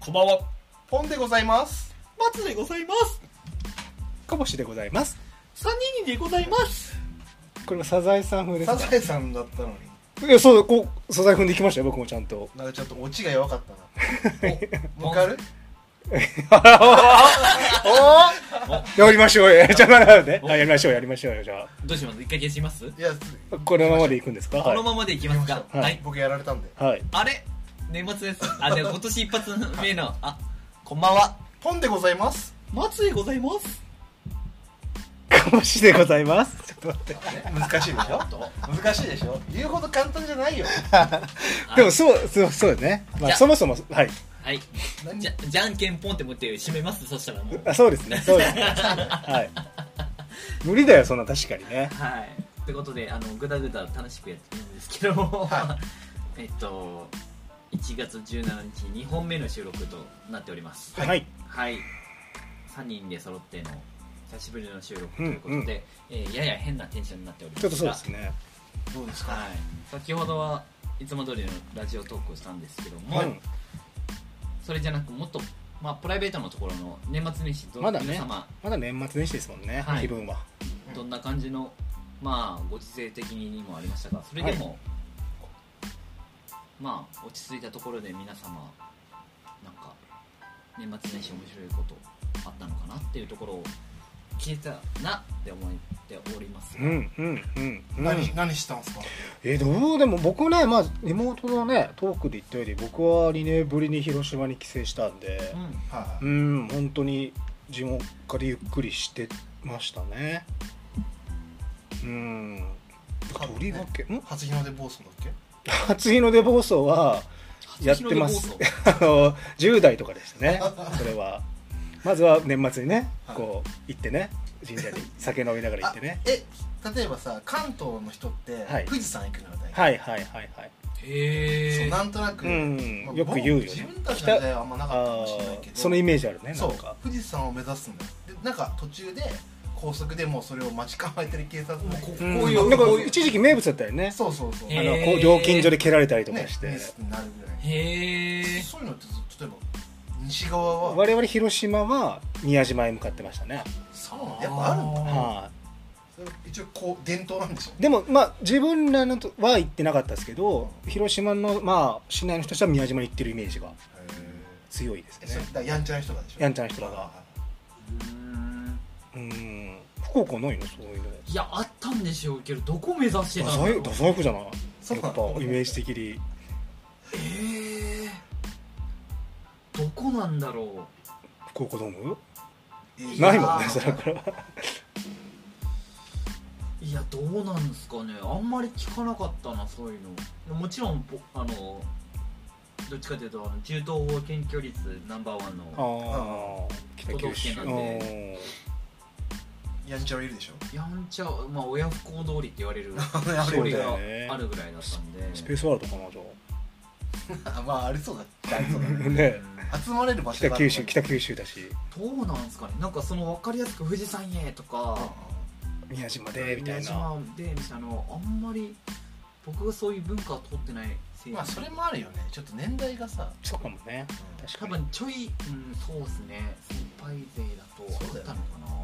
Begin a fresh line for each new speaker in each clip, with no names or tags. こんばんは。
ポンでございます
バツでございます
かもしでございます
三人でございます
これはサザエさん風です
サ
か
ザエさんだったのに
いやそうこうサザエ風でいきましたよ僕もちゃんと
なんかちょっとオチが弱かったなおわかる
やりましょうよじゃあなるほどねはいやりましょうやりましょうよじゃ
どうします一回消します、
いや
あこのままでいくんですか
こ
はい
のままでいき
行き
ま
ますしょ
か
う、
はい。
僕やられたんで
はい
あれ年末です。あ、でも今年一発目の、あ、こんばんは。
ポンでございます
バツでございます
かもしでございますちょっと待って
難しいでしょ難しいでしょ言うほど簡単じゃないよ
でもそうそうそうですね、ま
じ
あ、
ゃあ
そもそもはい
はい。
何
じゃ、じゃんけんポンって持って締めますそしたらもう。
あそうですねそうですねはい無理だよそんな確かにね
はい。ってことで、あの、ぐだぐだ楽しくやってるんですけども、
は
えっと、1月17日、2本目の収録となっております。
はい、
はい。3人で揃っての久しぶりの収録ということで、
うんうん
えーやや変なテンションになっております
ちょっとそう
が
ですね
どうです
はい、先ほどはいつも通りのラジオトークをしたんですけども、
はい
それじゃなくもっと、まあ、プライベートのところの年末年始ど,、
まだね
皆様
まだ年末年始ですもんね、
はい
気分は
どんな感じの、まあ、ご時世的にもありましたがそれでも、まあ落ち着いたところで皆様なんか年末年始面白いことあったのかなっていうところを聞いたなって思っております、
うんうんうんうん
何何したんすか
えーどうでも僕ね、まあ、リモートのねトークで言ったより僕は2年ぶりに広島に帰省したんで
うん
は
うん本当に地元からゆっくりしてましたねうんとりわけん
い初日の出暴走だっけ
初日の出放送はやってますあの10代とかでしたねそれはまずは年末にねこう行ってね 神社に酒飲みながら行ってね
あえ例えばさ関東の人って
はい
富士山行くのよ大体、
はいはいはいはい
へ
そう
え
なんとなく、
うん
まあ
よく言うよね
僕自分たちの時代はあんまなかったかもしれないけど
そのイメージあるねな
そ
ん
う
か
富士山を目指すんだよでなんか途中で高速でもうそれを待ち構えてる警察もこ
う
こ
ん
ういう
なんか
こういう
一時期名物だったよね
そうそうそう、
あ
え
の
へー
こう料金所で蹴られたりと
ね
かして、
ニュースになるぐらい
へえ
そういうのってず例えば西側は
我々広島は宮島へ向かってましたね、
そうなのやっぱあるんだ
は
それ一応こう伝統なんでしょ
い。でもまあ自分らのとは行ってなかったですけど広島のまあ市内の人たちは宮島に行ってるイメージが強いです
えそれ
ね
だからやんちゃな人がでしょ
やんちゃな人らが
うん
うん福岡ないのそういうの
いやあったんでしょうけどどこ目指して
太
たの
宰太宰府じゃないや
そう
っ
な
ぱ
の
イメージ的に
えー、どこなんだろ
福岡ドーム
いや
ないもんねそれから
ういやどうなんですかねあんまり聞かなかったなそういうのもちろんぼあのどっちかというとあの中東方検挙率ナンバーワンの
ああ北九州
都道府県な
あ
ん
ー
やんちゃはいるで しょ
やんちゃまあ親不孝通りって言われる
あ
そ
通
う
り
だ
が
よね
あるぐらいだったんで
スペースワールドかなじゃ
まあありそうだありそうだ
あ
ね
ね
集まれる場所
北
がある
九州北九州だし
うんどうなんですかねなんかその分かりやすく富士山へとか、
宮島でみた
宮
いな
島でみたいなあんまり僕がそういう文化を取ってないせいで
まあそれもあるよねちょっと年代がさ
そうかもね確
多
かに
分ちょい、うん、そうですね先輩勢だと
そう
あっ
だ
た
よ
の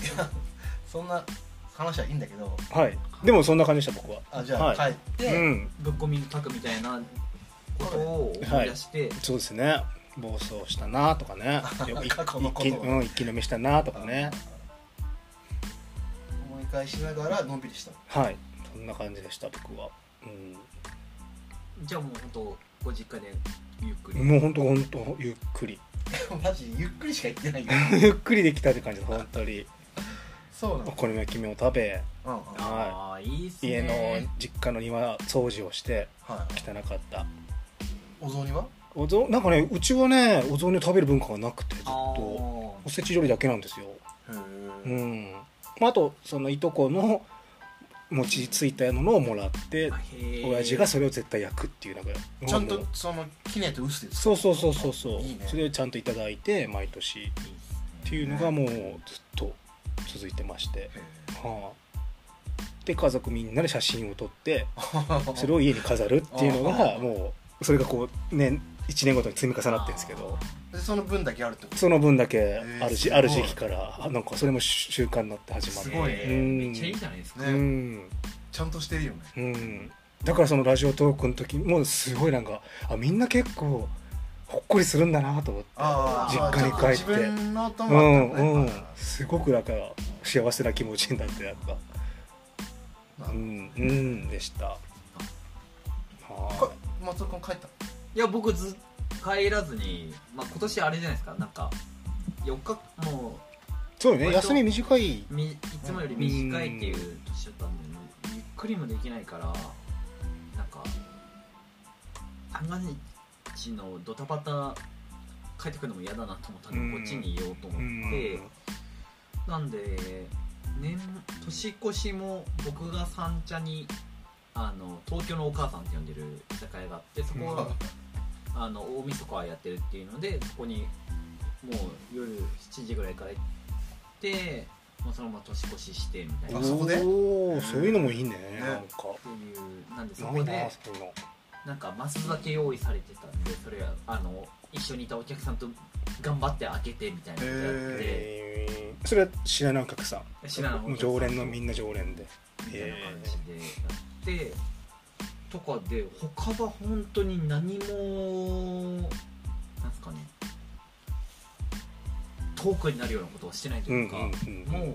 ね
かな、
そんな話はいいんだけど
はいでもそんな感じでした僕は
あじゃあ帰って、
うん
ぶっこみのタクみたいなことを思い出して、
そうですね暴走したなとかねよくい
過去のこと
一気にうん一気飲みしたなとかね
思い返しながらのんびりした
はいそんな感じでした僕はう
じゃあもう本当ご実家でゆっくり、
んもうほんとほんとゆっくり
マジゆっくりしか行ってないよ
ゆっくりできたって感じです本当に
そうな
お
の、
好み焼き麺を食べ
うんうんは
ああいいっす
家の
ね
実家の庭掃除をして
い、
汚かった
お雑煮は
お雑なんかねうちはねお雑煮を食べる文化がなくてずっ
ああ
とおせち料理だけなんですよ
へ
う
え
んまああとそのいとこの餅ついたものをもらって
へえ
親父がそれを絶対焼くっていうなんか
ちゃん
も
と
う
そのきねと薄で
そうそうそうそうそう
いいね
それをちゃんといただいて毎年っ
いいっすね
ていうのがもうずっと続いてまして、
へ
はあ、で家族みんなで写真を撮って
え
それを家に飾るっていうのがもうそれがこうね1年ごとに積み重なってるんですけど
でその分だけあるってこと
その分だけある
えーす
し、
ごい
ある時期からあなんかそれも習慣になって始まる
すごいね
うん
めっちゃいいじゃないですか、
ね
うん
ちゃんとしてるよね
うん、だからそのラジオトークの時もすごいなんかあみんな結構ほっこりするんだなと思って
あー
実
あ
家に
ちょっと
帰って
自分のと
う
も
ん
あったの
う
ね
んすごくなんか幸せな気持ちになってなんか
まあ
うんうんでしたは
こ松尾君帰った
いや僕ず帰らずに、まあ、今年あれじゃないですかなんか4日も
いそうね休み短いう
みいつもより短いっていう年だったんで、ゆっくりもできないからなんか三が日のドタバタ帰ってくるのも嫌だなと思ったんで、
うん
こっちにいようと
う
思って、
ん
なんで年年越しも僕が三茶にあの東京のお母さんって呼んでる居酒屋があってそこは、あの大晦日はやってるっていうのでそこにもう夜7時ぐらいから行ってもうそのまま年越ししてみたいな
あ
っ
お
て
そこで
おーそういうのもいいね
ね
な
い
んか
うなんでそ
な
こ
いな
で
そういうの
なんかマスだけ用意されてたんでそれはあの一緒にいたお客さんと頑張って開けてみたいなことやって
えーそれは知らないお客さん
知らないお客
も
さ
うん常連のみんな常連で
みたいな感じでやってとかで他は本当に何もなんすかねトークになるようなことをしてないと
う
いう
ん
うんか、
うん
もう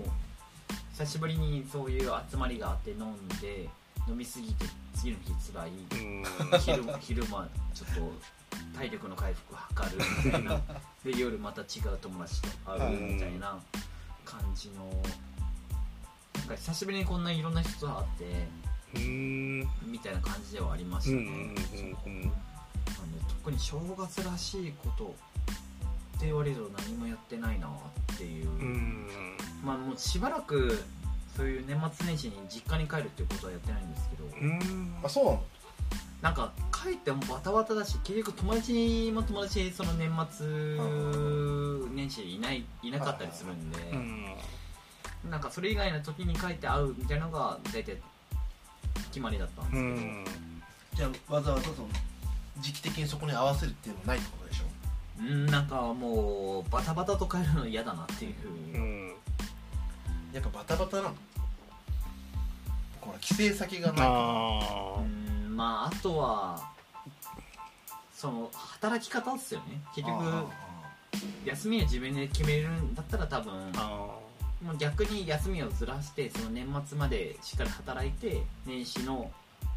久しぶりにそういう集まりがあって飲んで飲みすぎて次の日つらい
うん
昼昼間ちょっと体力の回復を図るみたい なで夜また違う友達と会うみたいな感じのなんか久しぶりにこんないろんな人と会って
うん
みたいな感じではありまし
う
た
んう
ね、
ん
そううんなんで特に正月らしいことって言われると何もやってないなっていう、
うんうん
まあもうしばらくそういう年末年始に実家に帰るっていうことはやってないんですけど、
うん
あそうなの
なんか帰ってもバタバタだし結局友達も友達その年末年始いないいなかったりするんで、
うん
なんかそれ以外の時に帰って会うみたいなのが大体決まりだったんです
う
けど、
ん
じゃあわざわざその時期的にそこに合わせるっていうのはないってことでしょ
うんなんかもうバタバタと帰るの嫌だなっていう、
うん
やっぱバタバタなのほら帰省先がないから
あ
う
ー
んまああとはその働き方っすよね結局
あ
休みは自分で決めるんだったら多分
あ
もう逆に休みをずらしてその年末までしっかり働いて年始の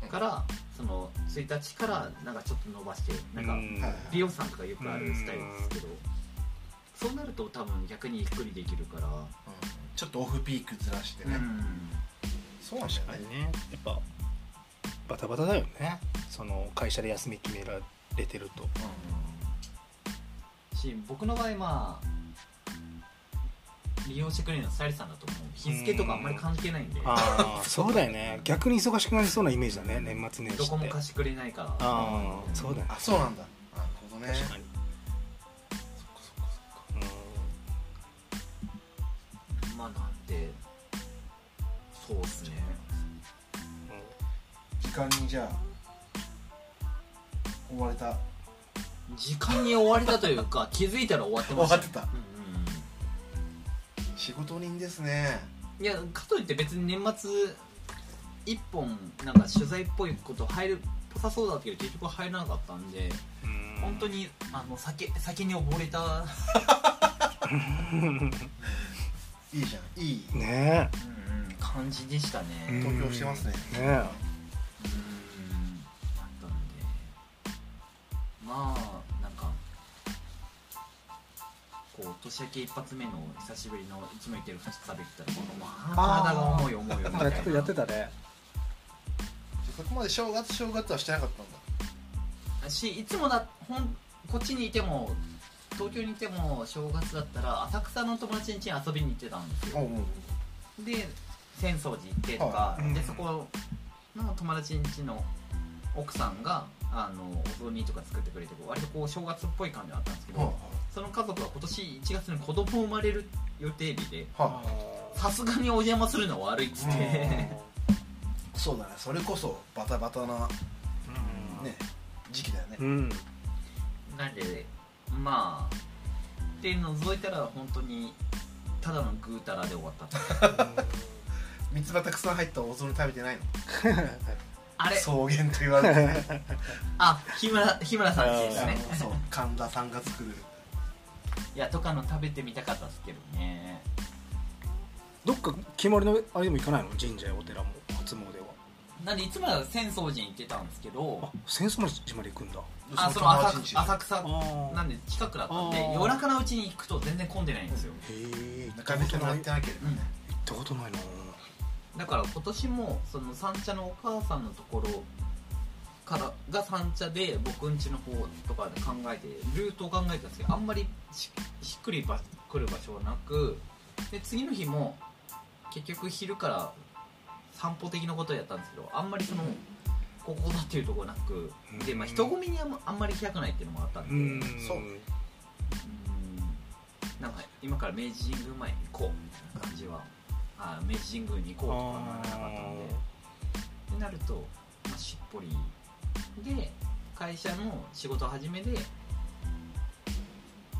からその1日からなんかちょっと伸ばして
ー
なんか
うん
はい
美容師さんとかよくあるスタイルですけどそうなると多分逆にゆっくりできるから
あうんちょっとオフピークずらしてね、そうなんだよ
確か
ね
にねやっぱバタバタだよねその会社で休み決められてると
し僕の場合まあ利用してくれるのはスタイリストさんだと思う日付とかあんまり関係ないんで
ああそうだよね逆に忙しくなりそうなイメージだね年末年始
ど
って
こも貸してくれないから
ああそうだね
あそうなんだなるほどね
確かに
そっかそっかそっか
まあなんでそうっすね
時間にじゃあ追われた
時間に追われたというか 気づいたら終わってま
分
し
か
た
ってた
うん
仕事人ですね
うんいやかといって別に年末一本なんか取材っぽいこと入るぽさそうだったけど結局入らなかったんで
うん
本当にあの酒酒に溺れた、
いいじゃんいい
ね
感じでしたね
う
うんん
東京してますね
えね
だったんでまあなんかこう年明け一発目の久しぶりのいつも行ってる2日で行ったらまあ体が重い重い重い
え
み
なん
た
か
い
ち
な
ょっとやってたね
そこまで正月正月はしてなかったんだ
しいつもだほんこっちにいても東京にいても正月だったら浅草の友達ん家に遊びに行ってたんです
お
よ
うおう
で浅草寺行ってとか
は、
いうん
でそこの友達ん家の奥さんがあのお雑煮とか作ってくれて割とこう正月っぽい感じだったんですけど、
おうは
その家族は今年1月に子供生まれる予定日で
あはあ
さすがにお邪魔するのは悪いっつって、
そうだねそれこそバタバタな
うん
ね時期だよね
うん
なんでまあで覗いたら本当にただのぐうたらで終わった
三つ葉たくさん入ったお雑煮食べてないの
あれ
草原と言 われてる
あ日村日村さんちですね
あのそう神田さんが作る
いやとかの食べてみたかったですけどね
どっか決まりのあれでも行かないの神社やお寺も初詣は
なんでいつもは浅草寺に行ってたんですけど
あ戦争の島まで行くんだ
あその
友達
浅
んち
草浅草な
あ
んで近くだったんで
あー
夜中のうちに行くと全然混んでないんですよ、
へえ行っ
中身決まってなければね
行ったことないな
だから今年もその三茶のお母さんのところからが三茶で僕ん家の方とかで考えてルートを考えたんですけどあんまりししっくりば来る場所はなくで次の日も結局昼から散歩的なことをやったんですけどあんまりそのここだっていうところなくで、まあ、人混みにあんまあんまり開かないっていうのもあったんで
うん
そう
うんなんか今から明治神宮前に行こうみたいな感じはあ明治神宮に行こうとかはならなかったんでってなると、まあ、しっぽりで会社の仕事始めで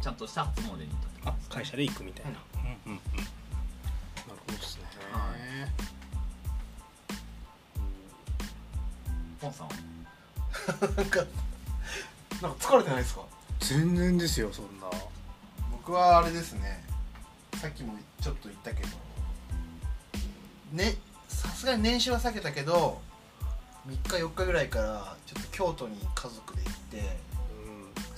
ちゃんとした初詣に行った
あ
って
会
社
社で行くみたいなうんうんうんなるほどですね
はい
うん
ポンさんは
なんかなんか疲れてないですか
全然ですよそんな
僕はあれですねさっきもちょっと言ったけどねさすがに年始は避けたけど3日4日ぐらいからちょっと京都に家族で行って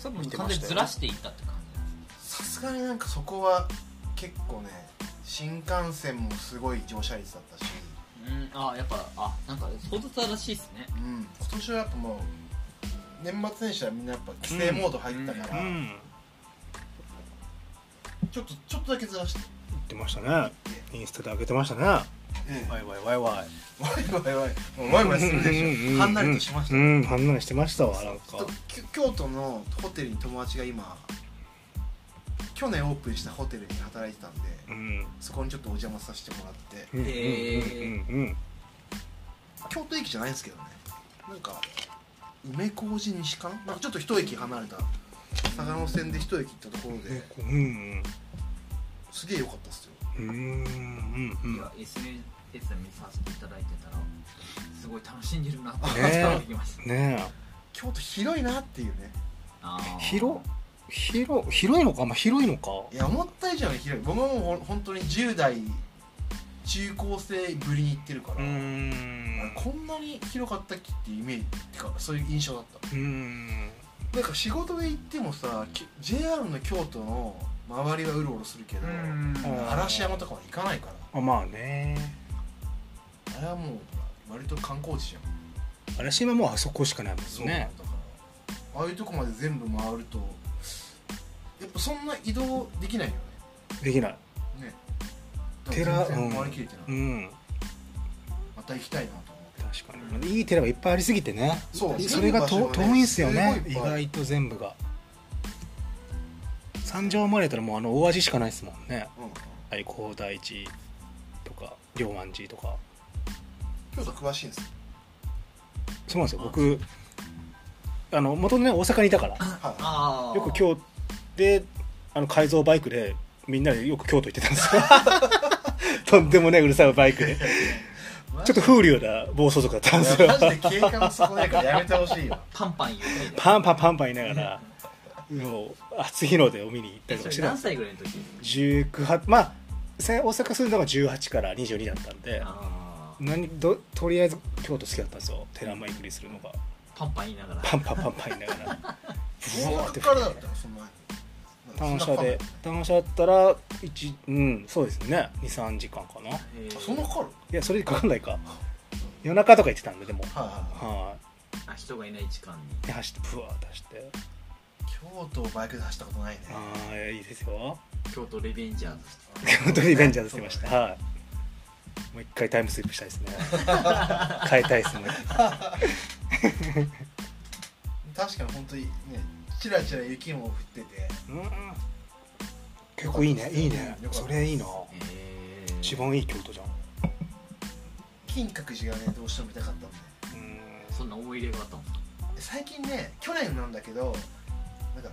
多分
見て
完
ま
全に
したよ
ずらしていったって感じなんです
さすがになんかそこは結構ね新幹線もすごい乗車率だったし、
うん、あやっぱあなんか相当正しいっすね
うん、今年はやっぱもう年末年始はみんなやっぱ帰省モード入ったから、
うん行
ちょっとちょっとだけずらして
ってましたねインスタで上げてましたねわ
ええ
いわいわいわ い
ワイワイワイもうワイワイするで
う
し
んうんうんうん
ょはんなりとしました
う
よ
ん反応してましたわなん
ちょっ
か
とき京都のホテルに友達が今去年オープンしたホテルに働いてたんで
うん
そこにちょっとお邪魔させてもらって
うんうんうんうん
京都駅じゃないんですけどねなんか梅小路西かななんかちょっと一駅離れた坂の線で一駅行ったところで
うんうん
すげえ良かったっすよ
うんうんうん
いや SNS で見させていただいてたらすごい楽しんでるなって
ねえ
伝わってきました、
ね
京都広いなっていうね
あー
広え広広いのかまあ広いのか
いや思った以上に広い僕はもうほん本当に10代中高生ぶりに行ってるから、あれ
ん
こんなに広かったっけっていうイメージってかそういう印象だった
うん
なんか仕事で行ってもさき JR の京都の周りはうろうろするけど
うん
うん
嵐山とかは行かないか
あまあね
らあれはもうほら割と観光地じゃん
嵐山もうあそこしかないも
そ
ん
うだ
ね
からああいうとこまで全部回るとやっぱそんな移動できないよ
できない
ねね
寺
全然回りきれてない、
うん
また行きたいなと思って
確かにいい寺がいっぱいありすぎてね
そう
それがと遠いんすよね
ごい
意
いっぱい
外と全部が三条生まれたらもうあの大味しかないですもんね
うんうん
愛工大寺とか龍安寺とか
京都詳しいんですよ
そうなんですよ
あ
僕あの元々ね大阪にいたから
は
あー
よく京都であの改造バイクでみんなでよく京都行ってたんですよ とんでもねうるさいバイクで
い
ちょっと風流な暴走族だったんですよ
マジで経過もそこないからやめてほしい よ
パンパン言うて
パンパンパンパン言いながらもう初日の出を見に行ったりと
そ
かし
れ何
てたんですよ
歳ぐらいの時ですか
18まあせ大阪住んだのが18から22だったんで
あー
何どとりあえず京都好きだったんですよ寺参りするのが
パンパン言いながら
パンパンパンパン言いながら
大阪から だったのその前に
単車で単車だったら1うんそうですね23時間かない
へー
あその頃
やそれかかんないか夜中とか行ってたんででも
はいはいはい
は
あ人がいない時間に
いで走ってブワーッと走って
京都をバイクで走ったことないね
ああいいですよ
京都レベンジャーズ
京都リベンジャーズ来 ました、はいもう一回タイムスリップしたいですね変えたいですね
確かに本当にねチラチラ雪も降ってて
うん結構いいねいい
よか
ね
ったです
それいいな
へ
一
ー
番いい京都じゃん
金閣寺がねどうしても見たかったんで
うん
そんな思い入れがあったんですか
最近ね去年なんだけどなん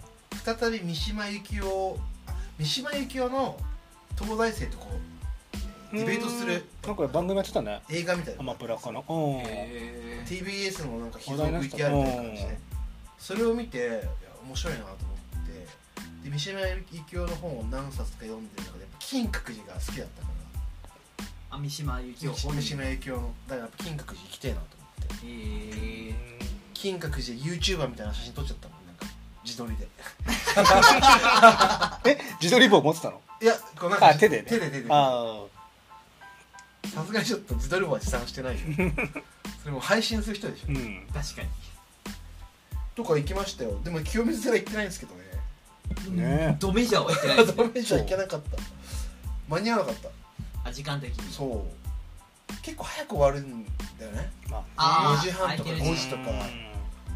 か再び三島由紀夫あ三島由紀夫の東大生とこうディベートする
なんか番組やってたね
映画みたい
ア
な
マプラかなうん、
え
TBS のなんか秘
話題に
蔵
なっ
VTR み
てた
たいな感じでそれを見ていや面白いなと思ってで三島由紀夫の本を何冊か読んでる中でやっぱ金閣寺が好きだったから
あ三島由紀夫
三
本人
島由紀夫のだからやっぱ金閣寺行きてえなと思っ
え
て
ー
金閣寺で YouTuber みたいな写真撮っちゃったもんなんか自撮りで
え自撮り棒持ってたの
いやこうなんか
あ手でね
手で手で
あ
さすがにちょっと自撮り棒は持参してないよそれも配信する人でしょ
あうん
確か
とか行きましたよでも清水寺行ってないんですけどね
に
ねえ
うんドメジャーは言ってないで すね
ダメじゃ行けなかった間に合わなかった
あ時間的に
そう結構早く終わるんだよね
ま
あー
4時半とか
空いてる
5
時
時
間
とかだか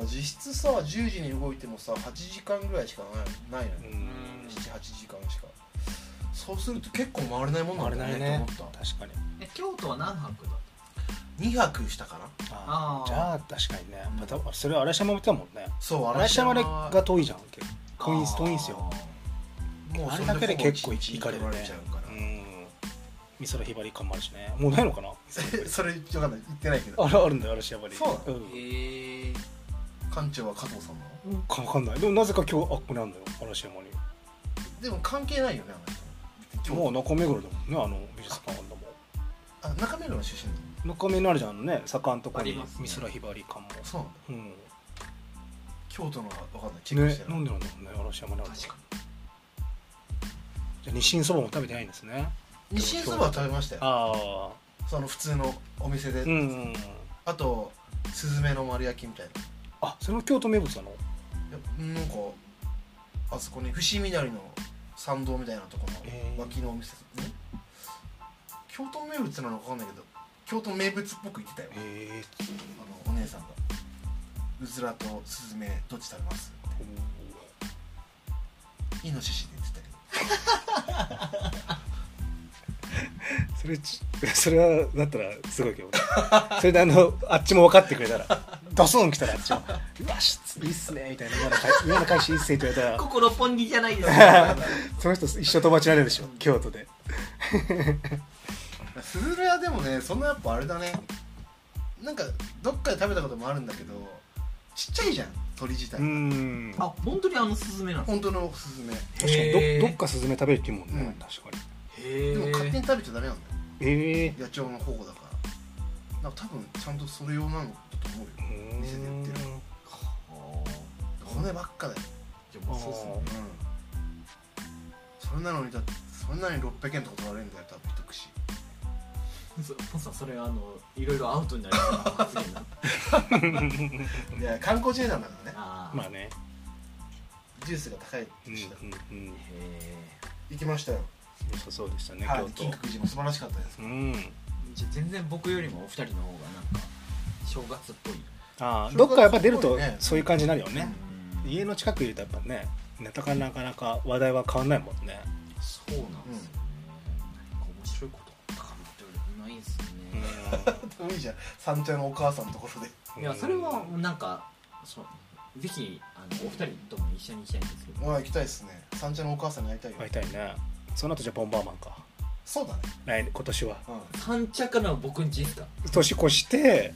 ら実質さ10時に動いてもさ8時間ぐらいしかないないのよ、
うん
78時間しかそうすると結構回れないもん
あ
な
れ
んだ
だよ
ね
ね
と思った
確かに
え京都は何泊だっ
2泊したかな
あ
あー
ーじゃあ確かにね
うん
またそれ嵐山も見てたもんね
そう
嵐山
は
が遠いじゃん結
た
構遠いんす遠いんすよ
もう
あ
そ
れ
れ
だ
だ
け
け
で
で
結
結構
構行
行
か
か
れ
れ
るね
ちゃうか
うん美空ひばり感もあるしねもうないのかな美空ひば
ら それわかんない言ってないけど
りあれあるんだよ嵐山に
そうな
うん
へえー
館長は加藤さんなの
かわかんないでもなぜか今日あここにあるんだよ嵐山に
でも関係ないよねあの人
もう中目黒だもんねあの美術館あるんだもん
あ中目黒の出身なの
中目にあるじゃんあのね坂のとこに
ありますね
美空ひばり館も
そうなんだ
うんね
京都のは分かんないチェックして
な
ない、
んでなんだろうね嵐山にあるの
確か
じゃあ日清そばも食べてないんですね
日清そばは食べましたよ
ああ
その普通のお店で、
うんうんうん
あとスズメの丸焼きみたいない
あそれも京都名物なの
やなんかあそこに伏見稲荷の参道みたいなとこ
へー
の脇のお店ね京都名物なのか分かんないけど京都名物っぽく言ってたよ
ええ
あのお姉さんが「うずらとスズメどっち食べます?」イノシシで言ってたけど
それちそれはだったらすごいけどね それであのあっちも分かってくれたら ドスン来たらあっちも「うわしいいっすね」みたいな「今の返し今の返しいいっすね」って言わ れたら
心ポンギじゃないですか
その人一生友達になれるでしょ京都で
スズメはでもねそんなやっぱあれだねなんかどっかで食べたこともあるんだけどちっちゃいじゃん鳥自体、
うーん
あ本当にあのスズメなんで
本当のスズメ
確かに
へー
どどっかスズメ食べるっていうもんね、
うん
確かに
すへ
で
え
も勝手に食べちゃダメなんだよ
ええ
野鳥の保護だからなんか多分ちゃんとそれ用なのだと思うよ
ー、
店で売ってる骨ばっかだよ
じゃあもうそうっすね
うんそれなのにだってそれなのに600円とか取られるんだよ多分一口
そポンさんそれあのいろいろアウトになりそうな発言だ
いや観光地なんだからね
あー
まあね、
ジュースが高い
うん
し、た
うんうん、
へえ
行きましたよ、
良さそうでしたね、
はい、
京
金
都
閣寺も素晴らしかったです
うん
じゃあ全然僕よりもお二人の方がなんか正月っぽい
ああ
正月
どっかやっぱ出る
っぽ
と
いね
そういう感じになるよね、
うん
家の近くいるとやっぱねネタがなかなか話題は変わんないもんね
そうなんですね、何か面白いことあったかなってないですね、
いいじゃん三茶のお母さんのところで
う ん
いやそれはなんかそうぜひあのお二人とも一緒に行きたいんですけど、
お前行きたいっすね三茶のお母さんに会いたいよ、
会いたいねその後じゃあボンバーマンか
そうだね
来年今年は
うん
三茶からの僕んちですか
年越して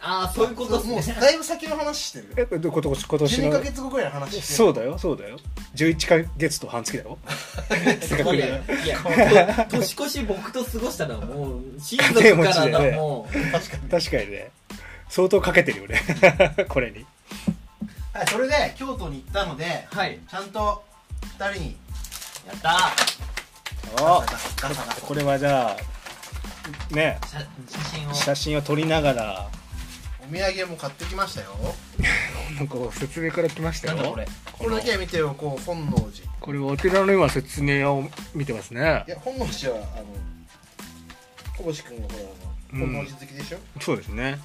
ああそういうことっすね
もうだいぶ先の話してる
えで今年今年
12ヶ
の
月後ぐらいの話して
そうだよそうだよ11ヶ月と半月だよせっかく
い
だ
や
よ
いや年越し僕と過ごしたらもう親族からだもう、
確かに
確かにね相当かけてるよね これに
はいそれで京都に行ったので
はい
ちゃんと2人に
やったー
ガサガサガサガサ
これはじゃあね
写写真を
写真を撮りながら
お土産も買ってきましたよ
なんか説明から来ました
なん
よ
だこれ
これだけは見てよこう本能寺
これはお寺の今説明を見てますね
いや本能寺はあの小星君がこれあの
う
本
ん
能寺好きでしょ、
そうですね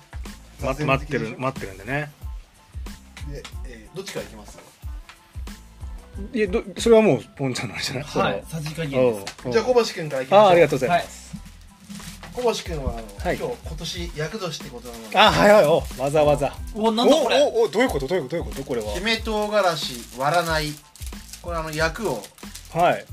ま
座禅
待っ
好き
て
でしょ
る待ってるんでね
で、えーどっちから行きます
いやどそれはもうポンちゃんのあれじゃない
はいさじ加減
その
です
おう
じゃあ小星君から行きましょう
あありがとうございます、
小星君はあの、
はい
今日今年厄年ってことなので
あはいはいおわざわざ
うわなんだこれ
おおおどういうことどういうことどういうことこれは
姫唐辛子割らないこれあの役を
はい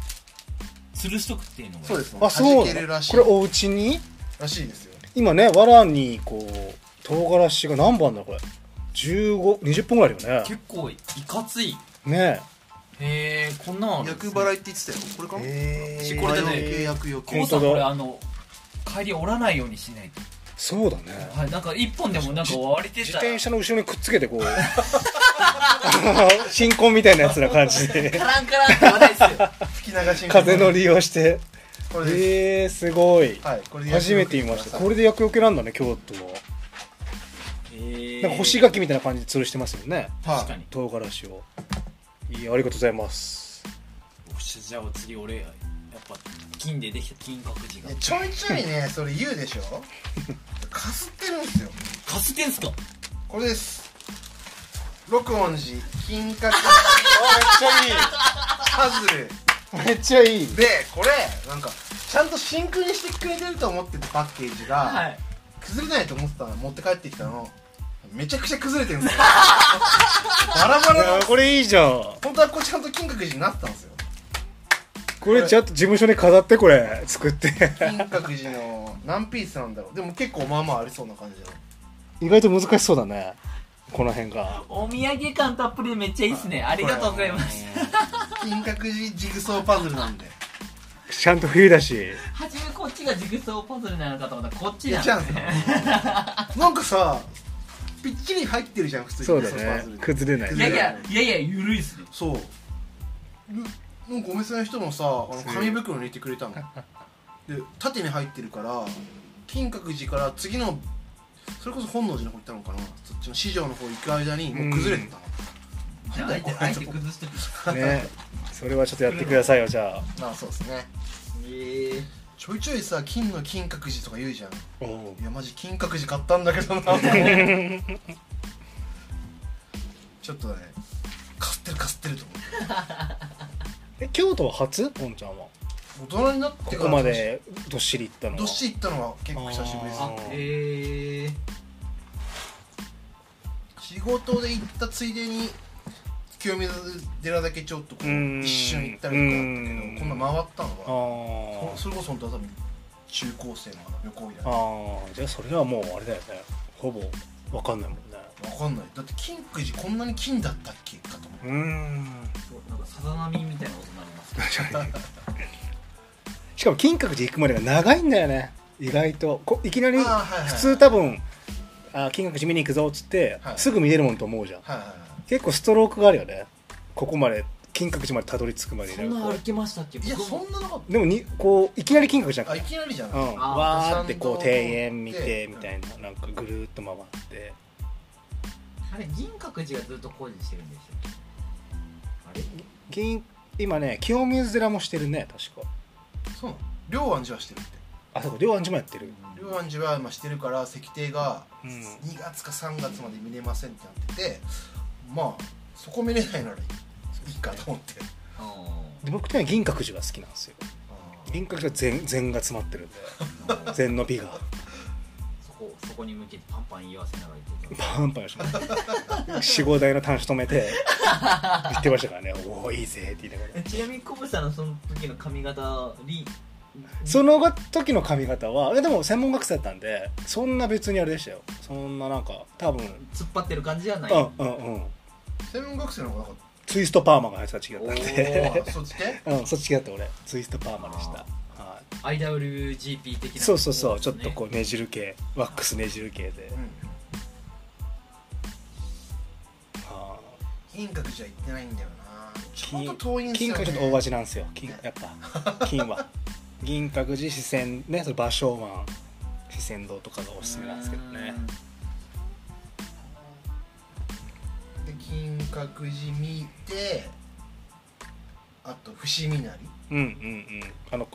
吊るしとくっていうのが
そうですね
あそう
弾ける
な
ら
の
しい
これお家に
らしいですよ
今ねわらにこう唐辛子が何本あんだこれ1520本ぐらいあるよね
結構いかつい
ね
へえこんなのあるんです
厄
ね
払いって言ってたよこれかな
え
ーこれだね
契約よ
こう
本
さ
当
ん
だ
これあの帰り折らないようにしないと
そうだね
はいなんか一本でもなんか割れて
自
たら
転車の後ろにくっつけてこう あの新婚みたいなやつな感じで
カランカランって言わ ないですよ
吹き流し
風の利用して
これです、
えー、すごい
はいこれで厄
初めて見ましたこ
よ
れで厄除けなんだね京都は
へえ
なんか干し柿みたいな感じで吊るしてますよね
けはい
確かに
唐辛子をいやありがとうございます
よしじゃあお次俺やっぱ金でできた金閣寺
いや
が
ちょいちょい ねそれ言うでしょかすってるんですよ
かすってんすか
これです六音寺 金閣パズル
めっちゃいいめっちゃいい
でこれなんかちゃんと真空にしてくれてると思ってたパッケージが、
はい
崩れないと思ってたの持って帰ってきたのめちゃくちゃ崩れてるんです よバラバ
いや
ラの
これいいじゃん
本当はこれちゃんと金閣寺になってたんですよ
これちゃんと事務所に飾ってこれ作って
金閣寺の何ピースなんだろうでも結構まあまあありそうな感じだよ
意外と難しそうだねこの辺が
お土産感たっぷりでめっちゃいいっすねありがとうございます
金閣寺ジグソーパズルなんで
ちゃんと冬だし
はじめこっちがジグソーパズルなのかと思ったらこっち
い
な
や
ん
じゃ
だ
あなんかさぴっちり入ってるじゃん普通に
そうだ
ジグソーパ
ね
ズルって
崩れない
いやいやいやいやゆるいっすね
そうななんかお店の人もさあの紙袋に入れてくれたので縦に入ってるから金閣寺から次のそれこそ本能寺の方行ったのかなそっちの市場の方行く間にもう崩れてたの
じゃあ
なん
相
だよこ
手
れ
相手崩して
ねそれはちょっとやってくださいよじゃあ
まあそうですね
ええ
ちょいちょいさ金の金閣寺とか言うじゃんい
お
やマジ金閣寺買ったんだけ どなちょっとねかすってるかすってると
え京都は初ポンちゃんは
思う大人になってから
ここまでどっしり行ったのは
どっしり行ったのは結構久しぶりですね
あええ
仕事で行ったついでに清水寺だけちょっとこ
う
う
ー
ん一瞬行ったりとかあった
うー
け
ん
どこんな回った
あ
のは
ー
そそれこそ本当は多分中高生の旅行以来
あーじゃあそれはもうあれだよねほぼわかんないもんね
分かんないだって金くじこんなに金だったっけかと思
うーん
そうなんかさざ波みたいな音になります
しかも金閣寺行くまでが長いんだよね意外とこいきなり
あーはいはい
普通多分あー金閣寺見に行くぞっつって、
はい
すぐ見れるもんと思うじゃん
はいはいはい
結構ストロークがあるよねここまで金閣寺までたどり着くまで
そんな
こう
歩きましたっけ
いや
僕
そ
も
んななかっ
でもにこういきなり金閣じゃな
たあ
く
い
て、
きなりじゃ
う
ない、
ん、
い
あ
わーってこう
参道
庭園見て
うん
みたいななんかぐるーっと回って
あれ銀閣寺がずっと工事してるんですよあれ
銀今ね清水寺もしてるね確か
そうなの両安寺はしてるって
あそうか両安寺もやってる
両安寺はまあしてるから石庭が
うん
2月か3月まで見れませんってなっててまあそこ見れないならいいかと思って
あ
で僕的には銀閣寺が好きなんですよ
あー
銀閣寺は禅禅が詰まってるんで
ー
禅の美が
そこそこに向けてパンパン言わせながら言ってた
パンパンして45台の 短所止めて言ってましたからね「おおいいぜ」って言いながら
えちなみにコブさんのその時の髪型リ
その時の髪型はえでも専門学生だったんでそんな別にあれでしたよそんななんか多分
突っ張ってる感じじゃない
うんうんうん
専門学生の方がなんか
ツイストパーマが入ってた時期だったん
お
で
ー
そっち系
うんそっちだった俺ツイストパーマでしたはい
IWGP 的な
そうそうそうちょっと
ね
こうねじる系ワックスねじる系で
うん
は
金閣寺は行ってないんだよなちょっ
金
と遠いん
い
ですよ、
金
ね、
閣ちょっと大味なんですよ金やっ ぱ金は銀閣寺四川ねそれ芭蕉湾四川堂とかがおすすめなんですけどね
うん
で金閣寺見てあと伏見稲荷
うんうんうんあの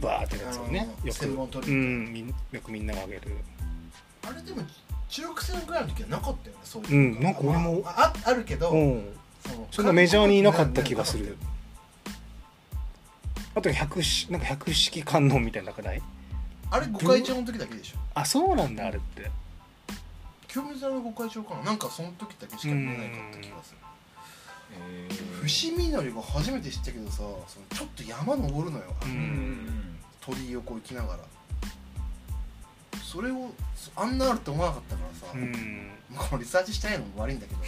バーってやつをね
あの
よく
専門取
う
り
んみんよくみんながあげる
あれでも中学生ぐらいの時はなかったよねそういう
うんなんか俺も
まあああるけど、
うん
の
そんなメジャーにいなかった気がするあと百式なんか百式観音みたいなのなくない
あれ御開帳の時だけでしょ
あそうなんだあれって
清水寺の御開帳かななんかその時だけしか見えなかった気がする
え
伏見稲荷が初めて知ったけどさそのちょっと山登るのよ、
う
うんん
鳥居をこう行きながらそれをそあんなあるって思わなかったからさ、
うん
もうこれリサーチしてないのも悪いん だけど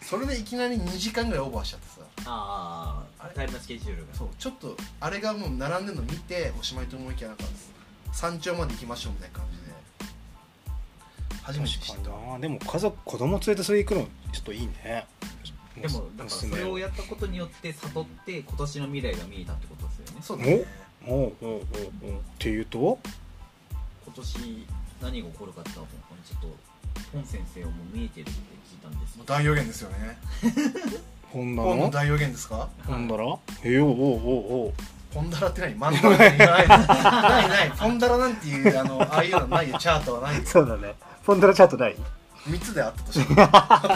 それでいきなり2時間ぐらいオーバーしちゃってさ
ああタイムスケジュールが
そうちょっとあれがもう並んでるの見ておしまいと思いきやなんか山頂まで行きましょうみたいな感じで初めて知っ
確
た
かになでも家族子供連れてそれ行くのちょっといいね
でもだからそれを
娘
やったことによって悟って今年の未来が見えたってことですよね
そうだね
おうおうおうおうっていうと
今年何が起こるかってのは本当にちょっとポン先生はもう見えてるって聞いたんです
もう
けど
大予言ですよね
本
本の
棚
大予言ですか
本棚えよおうおうおう
ポンダラって何漫画って言わないのないないポンダラなんていうあのああいうのないよチャートはないよ
そうだね本棚チャートない
3つであったと して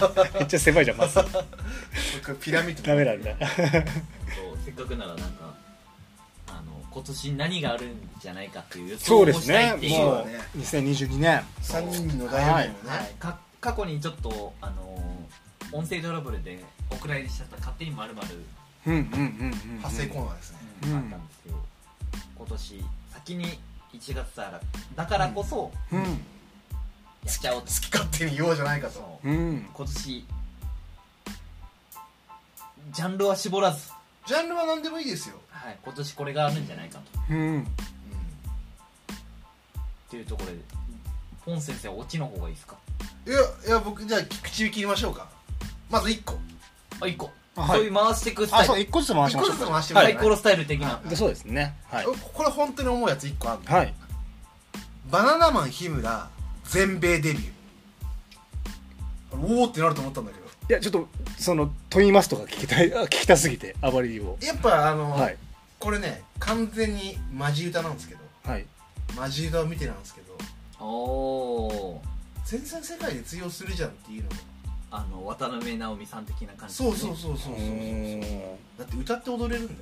も
めっちゃ狭いじゃんま ず
ピラミッド
ダメなんだ
そうせっかくならなんかあの今年何があるんじゃないかっていう予想
そう
を
です
したい
ね
っていう
も
そうだね
う2022年
3人の大予言をね、
はい、か過去にちょっとあの音声トラブルでお蔵入りしちゃった勝手にまるまる
うんうんうんうん
発生コーナーですね、
うん
あったんですけど、今年先に1月だからだからこそ
うん
やっちゃおう
好
と、
き勝手に言おうじゃないかと
そう
うん
今年ジャンルは絞らず、
ジャンルは何でもいいですよ、
はい、今年これがあるんじゃないかと
うん
っていうところでポン先生はオチの方がいいですか
いやいや僕じゃあ口切りましょうかまず1個
あ一個、
あはい
そういう回していくスタ
あ
イ
そう
ル
一個ずつ回し
1
ま
個
しょ
ず
う
つ
か
回しても
サ
ら
イコロスタイル的な、
でそうですねはい
これ本当に思うやつ1個あるの、
はい
バナナマン日村全米デビューおおってなると思ったんだけど
いやちょっとその「と言います」とか聞きたいあ聞きたすぎてあまりにも
やっぱあの、
はい
これね完全にマジ歌なんですけど
はい
マジ歌を見てなんですけど
おおー
全然世界で通用するじゃんっていうのが
あの渡辺直美さん的な感じ
そうそう
う、
そうそうそうそううだって歌って踊れるんだよ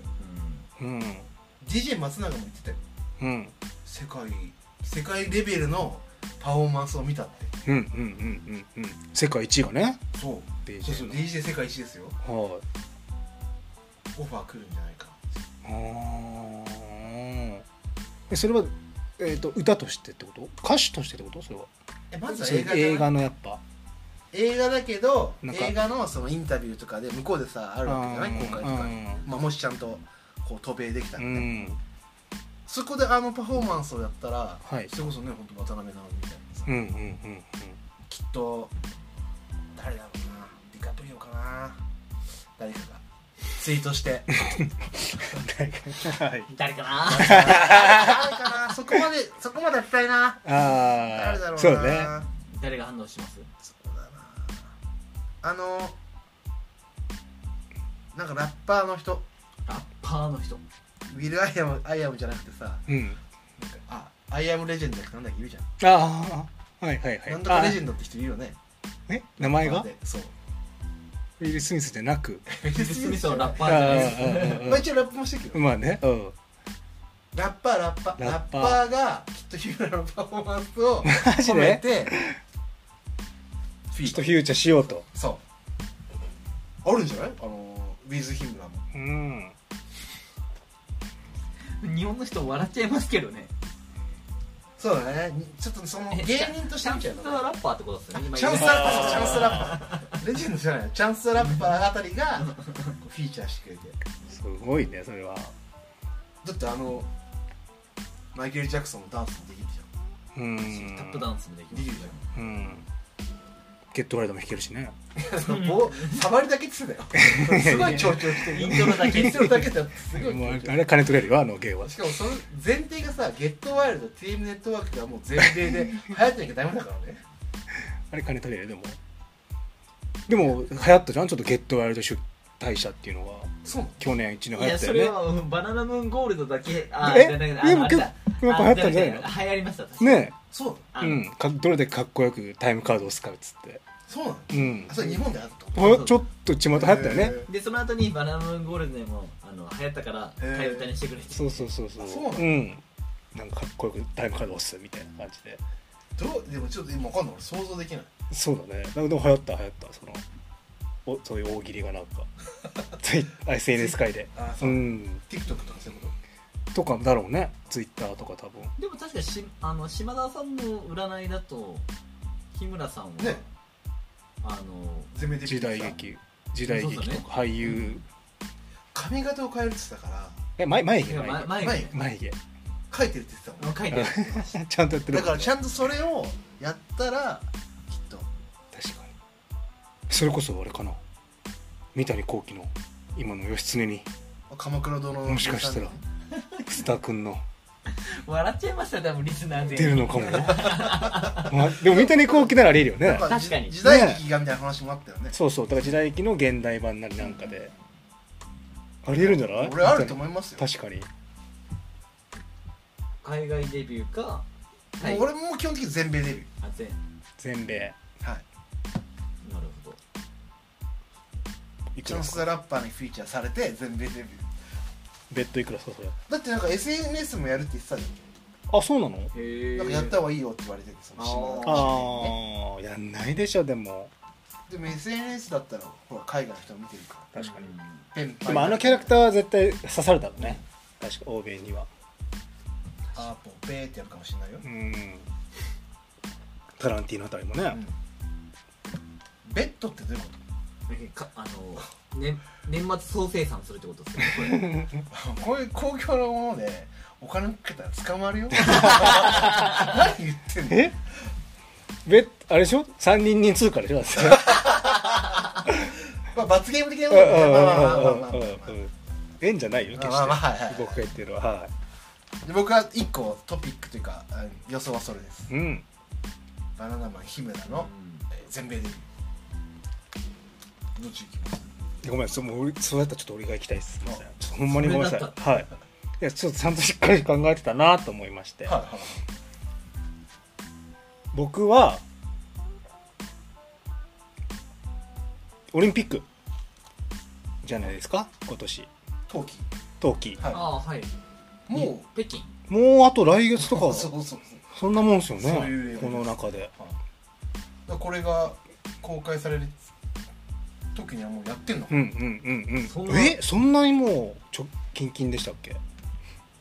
ーん
DJ 松永も言ってたよ
うんうん
世界世界レベルのパフォーマンスを見たって
うんうんうんうんうん世界一位がね
そうそうそ
DJ
う
の
DJ 世界一ですよ
はい
オファー来るんじゃないか
あーえそれは、えー、と歌としてってこと歌手としてってことそれは
えまずは
そう
映
いう
画
映
じゃ
画
ない
のやっぱ
映画だけど
なんか
映画のそのインタビューとかで向こうでさあるわけじゃない公開とかに、まあ、もしちゃんとこう渡米できた
う
ら
んう
ね、
ん
そこであのパフォーマンスをやったら、
はい
それこそね本当渡辺直美みたいなさ、
うんうんうん
きっと誰だろうなディカプリオかな誰かがツイートして
はい
誰かな
誰かなそこまでそこまでやりたいな
あ
誰だろうな
あそうね
誰が反応します
そうだなあのなんかラッパーの人
ラッパーの人
ウィル・アイアムアイアムじゃなくてさ
う
なん
ん
かあアイアムレジェンドだっけなんだっけ言うじゃん、
ああはいはいはい
なんとかレジェ
あ
ンドって人いるよね
ーえ名前
ま
が
あで そう
ウィル・スミスじゃなく
ベ
ビスミスのラッパ
あ
ーじゃないですか
ー
まあ一応ラップもしてるけど、
まあねうん
ラッパーラッパー
ラ
ラ
ッ
ッ
パ
パ
ー
ーがきっとヒューラのパフォーマンスを
マジ
込め
で
てフィ
ちょっと
ー
フューチャーしようと
そうあるんじゃないあのウィズ・ヒムラも
うん
日本の人笑っちゃいますけどね
そうだねちょっとその芸人として見ちゃう
チャン
の
スはラッパーってことですよね今
チャンスラッパーそうチャンスラッパーレジェンドじゃないチャンスラッパーあたりがこうフィーチャーしてくれて
すごいねそれは
だってあのマイケル・ジャクソンのダンスもできるじゃ
うん
タップダンスもでき
ん
ます
できるじゃ
うんゲットライドも弾けるしね
ん その棒触りだけって言ってたよすごい強調してる
イントロだけ
イントロだけだってすごい
もう
強
あれ
調
あれは金取れるよあの芸は
しかもその前提がさゲットワイルドティームネットワークがもう前提で流行ってなきゃダメだからね
あれ金取れるでもでも流行ったじゃんちょっとゲットワイルド出退社っていうのは
そう
去年一年
い
流行
や
った
そ
よ
れ
ね
はうんバナナムーンゴールドだけあ
え
じゃなくて
でも
ああれだ
結構やっぱ流行ったんじゃないの
あじゃなくて流行りました確かに
ね
そう
あ
えう
の
んかどれだけかっこよくタイムカードを使うっつって
そうなの
うん
あそれ日本であったと
あちょっとちまた流行ったよね
へ
でその後にバナナムーンゴールドでもあの流行ったから
へー
替え歌にしてくれて
そうそうそうそう
あそうなの
ん
ー
なんかかっこよくタイムカード押すみたいな感じで
どうでもちょっと今わかんない俺想像できない
そうだねなんかでも流行った流行ったそのおそういう大喜利がなんかツイ SNS 界で
あそうう、
ん
TikTok とかそういうこと
とかだろうねツイッターとか多分
でも確かにしあの島田さんの占いだと日村さんは、
ね
あの
全面的
時
にさ
代劇時代劇
そう
と
だね
か俳優
髪型を変えるって言ってたから
え前眉毛
いや
眉
前
毛
前
前
眉毛
書いてるって言ってたもん
若いね
ちゃんとやってる
だからち
ゃ
ゃんとそれをやったらきっと
確かにそれこそあれかな三谷幸喜の今の義経に
鎌倉殿の
もしかしたら須田君の
笑っちゃいましたよ多分リスナー
出
全
る
員
のかも、まあ、でも三谷幸喜ならありえるよ
なん
ね
か
確かに
時代劇がみたいな話もあったよね
そうそうだから時代劇の現代版なりなんかでありえるんじゃない
俺あると思いますよ
確かに
海外デビューか
もう
はい
俺も基本的に全米デビュ
あ全
全米
ー
な
はい
るほど
い
チャ
くら
ンス・ザ・ラッパーにフィーチャーされて全米デビュー
ベッドいくらそうそれ
だってなんか SNS もやるって言ってたじゃ
あそうなの
へ
ん
え
なんかやった方がいいよって言われててその島田の
ああやんないでしょでも
人にねでも SNS だったらほら海外の人も見てるから
確かに
ペンパイ
でもあのキャラクターは絶対刺されたのね確か欧米には
あーポペーってやるかもしれないよ、
うんタランティーノあたりもね、
うんベッドってどういうこ
かあの、ね、年末総生産するってことですよねこれ
と こういう公共のものでお金かけたら捕まるよ 何言ってんの
えベッあれでしょ3人人通貨でしょだって
まあ罰ゲーム的な
う
も
ん
の
う
でねまあまあまあまあまあまあ
んうんうんうん縁じゃないよ決して、
まあまあはいはいはい
僕が言ってるのはは
で僕は一個トピックというかあの予想はそれです
いうん
バナナマン日村のえー全米デビューどっち行きます
ごめんそうもう俺そうやったらちょっと俺が行きたいですすいません
あ
ちょっとほんまにごめんなさい
それだっ
はいいやちょっとちゃんとしっかり考えてたなと思いまして、
はいはいはい
僕はオリンピックじゃないですか今年
冬季
冬季
はい
ああはい
も
北京
もうあと来月と
う
か
そうそうそう
そんなもんですよ
そういうレベ
ね
ル
この中で
だからこれが公開される時にはもうやってんの
うんうんうんうん
そんな
えそんなにもうちょキンキンでしたっけ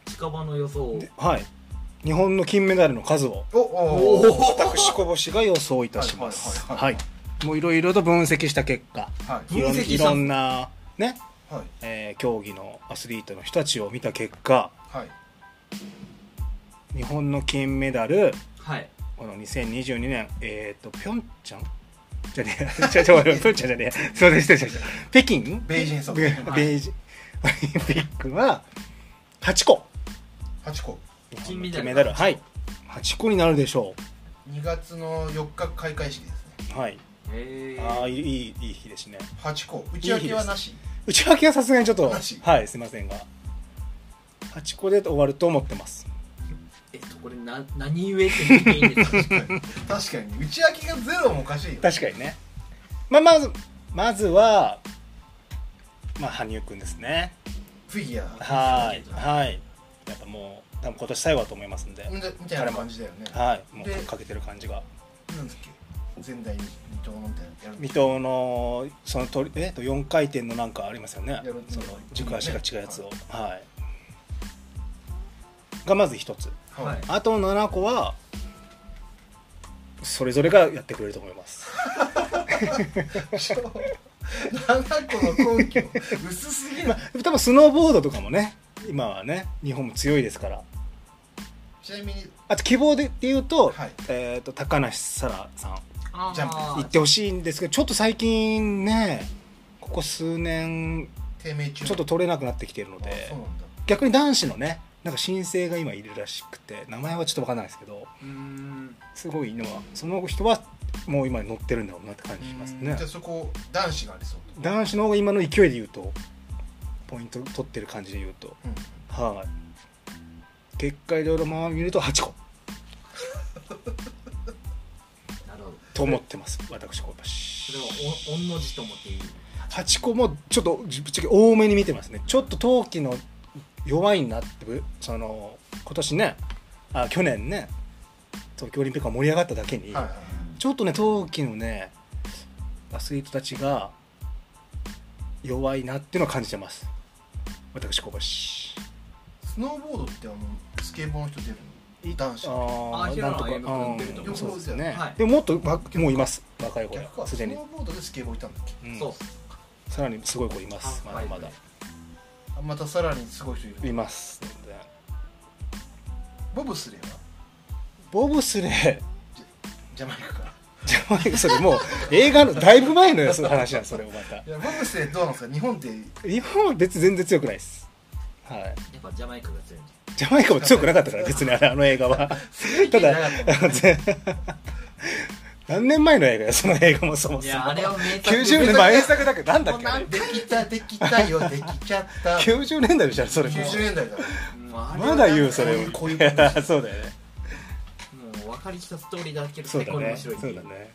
近場の予想を
ではい日本の金メダルの数を
おおー
私こぼしが予想いたします
はい
は
はいい
もういろいろと分析した結果
はい
いろん
分析し
い
た
ろんなね、
はい
えー競技のアスリートの人たちを見た結果
はい
日本の金メダル
はい
この2022年えっ、とピョンチャン じゃねえちょちょピョンチャンじゃねえすいません失礼しました北京
ベイジンソン
ベベイジンオリンピックは8個
8個
金メダル
メダルはい8個になるでしょ
2月の4日開会式ですね
うはい
へえ
ああいいいいいい日ですね
8個内訳はなし
内訳はさすがにちょっと
なし
はいすいませんが8個で終わると思ってます
えっとこれな何故って言っていいん ですか
確かに内訳がゼロもおかしいよ
確かにねまあまずまずはまあ羽生くんですね
フィギュア
はいはいやっぱもう多分今年最後だと思いますんで、
みたいな感じだよね
はいも
で
うかけてる感じが
なんだっけ前代二刀のみたいなやる
水戸のそのとりえっと4回転のなんかありますよね
やる
その軸足が違うやつをはいがまず一つ
は
はいい
あと7個はそれぞれがやってくれると思います
7個の根拠薄すぎる
まあ多分スノーボードとかもね今はね日本も強いですから
ちなみに
あと希望でっていうと,、
はい
えー、と高梨沙羅さん
あー
ジャンプ
行ってほしいんですけどちょっと最近ねここ数年
低迷中
ちょっと取れなくなってきているの
あ
で
そうなんだ
逆に男子のねなんか新星が今いるらしくて名前はちょっと分かんないですけど
うーん
すごいのはその人はもう今乗ってるんだろうなって感じします
うん
ね
じゃあそこ男子がありそう
男子の方が今の勢いで言うとポイント取ってる感じで言うと
うん
はい結果いろいろ回見ると8個
なるほど
と思ってます私今
それは
年
お御の字と思っていい
8個もちょっとぶっちゃけ多めに見てますねちょっと冬季の弱いなってその今年ねあ去年ね東京オリンピックが盛り上がっただけに、
はいはい
ちょっとね冬季のねアスリートたちが弱いなっていうのは感じてます私小橋
スノーボードってあのスケボーの人出るの男子
あ
あ
ー
ー
なんとか
平野歩夢君出ると
う
思うん
そうですよね、
はい
でももっとわもういます若い子
逆
が
か
す
ス
で
ノ
に、
ーボードでスケボーいたんだっけ
うん
そう
さらにすごい子います
あ
まだまだ
はい
あまたさらにすごい人いる
います全然
ボブスレーは
ボブスレー
ジャマイカから
じゃあそれもう映画のだいぶ前のやつの話なんそれもまた
いやボブスレーどうなんですか日本って
日本は別に全然強くないですはい
やっぱジャマイカが強いんじ
ジャマイカも強くなかったから別にあれあの映画はただ何年前の映画よその映画もそも
ゃんい
そも
やあれは名作
90年前名作だけどなんだ
も
っ
う
けあ
な
れ
んできたできたよできちゃ った
90年代でしょそれも
90年代だ
もうあれ
まだ言うそれ
こういうこういうこ
い
とで
や そうだよね
もう分かりきったストーリーだけど
そ
最
うだ
高に
ね
面
そ
白
う
いっていう
だね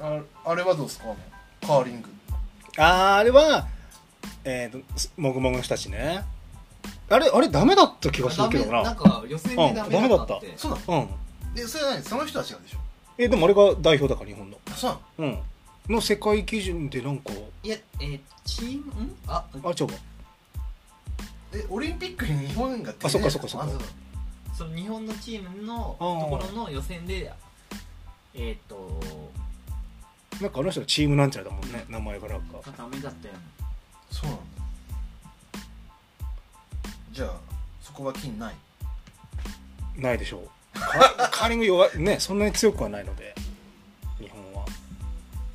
ああれはどうですかカーリング
あーあれはえー、とすもぐもぐの人たちねあれあれダメだった気がする
ダ
け
メ
ど
なん
な
か予選でダメだったっ
うんダメだ
て
そうなの
うん
でそれは何その人たちがでしょ
えでもあれが代表だから日本の
あそうなの
うんの世界基準でなんか
いやえーチームんあ
あちょうか
えオリンピックに日本が出れない
あそっかそっかそっか
まずは
その日本のチームのと
あー
ころの予選でえっと
なんかあの人のチームなんちゃらだもんね名前がなんか
ダメだったよ
そうなんだじゃあそこは金ない
ないでしょうカ カーリング弱いねそんなに強くはないので日本は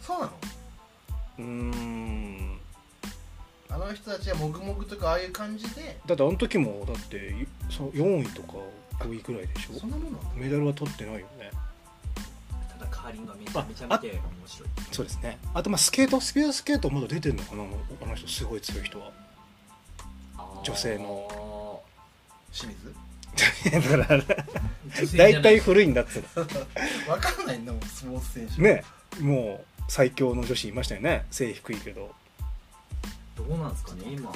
そうなの
うーん
あの人たちはもぐもぐとかああいう感じで
だってあの時もだっていそ4位とか5位ぐらいでし
そ
ょ
んなもんなんだ
メダルは取ってないよね
ただカーリングがめちゃめちゃ見て面白い
そうですねあとまあスケートスピードスケートまだ出てるのかなあの人すごい強い人は女性
の
清水
だから大体古いんだっつう
わかんないんだもんスポーツ選手
の ねもう最強の女子いましたよね背低いけど
どうなんですかね今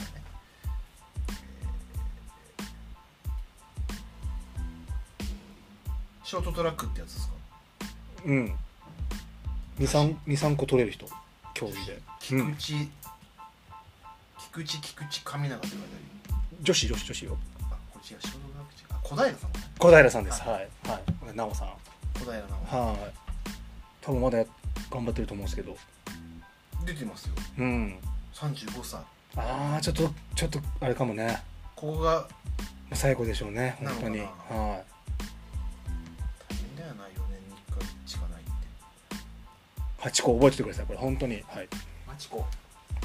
ショートトラックってやつですか
うん23個取れる人競技で、う
菊
ん、
池、菊池菊池神永って書いて
女子女子女子よ
あるあこれ違うショートトラック違うあ小平さんだね
小平さんですはいはい奈緒さん
小平な
はい多分まだ頑張ってると思うんですけど
出てますよ
うん
35歳
ああちょっとちょっとあれかもね
ここが
最後でしょうね本当に
なのかな
は
大変だよな4年に1回しかないって
い8個覚えててくださいこれ本当にはい
マチコ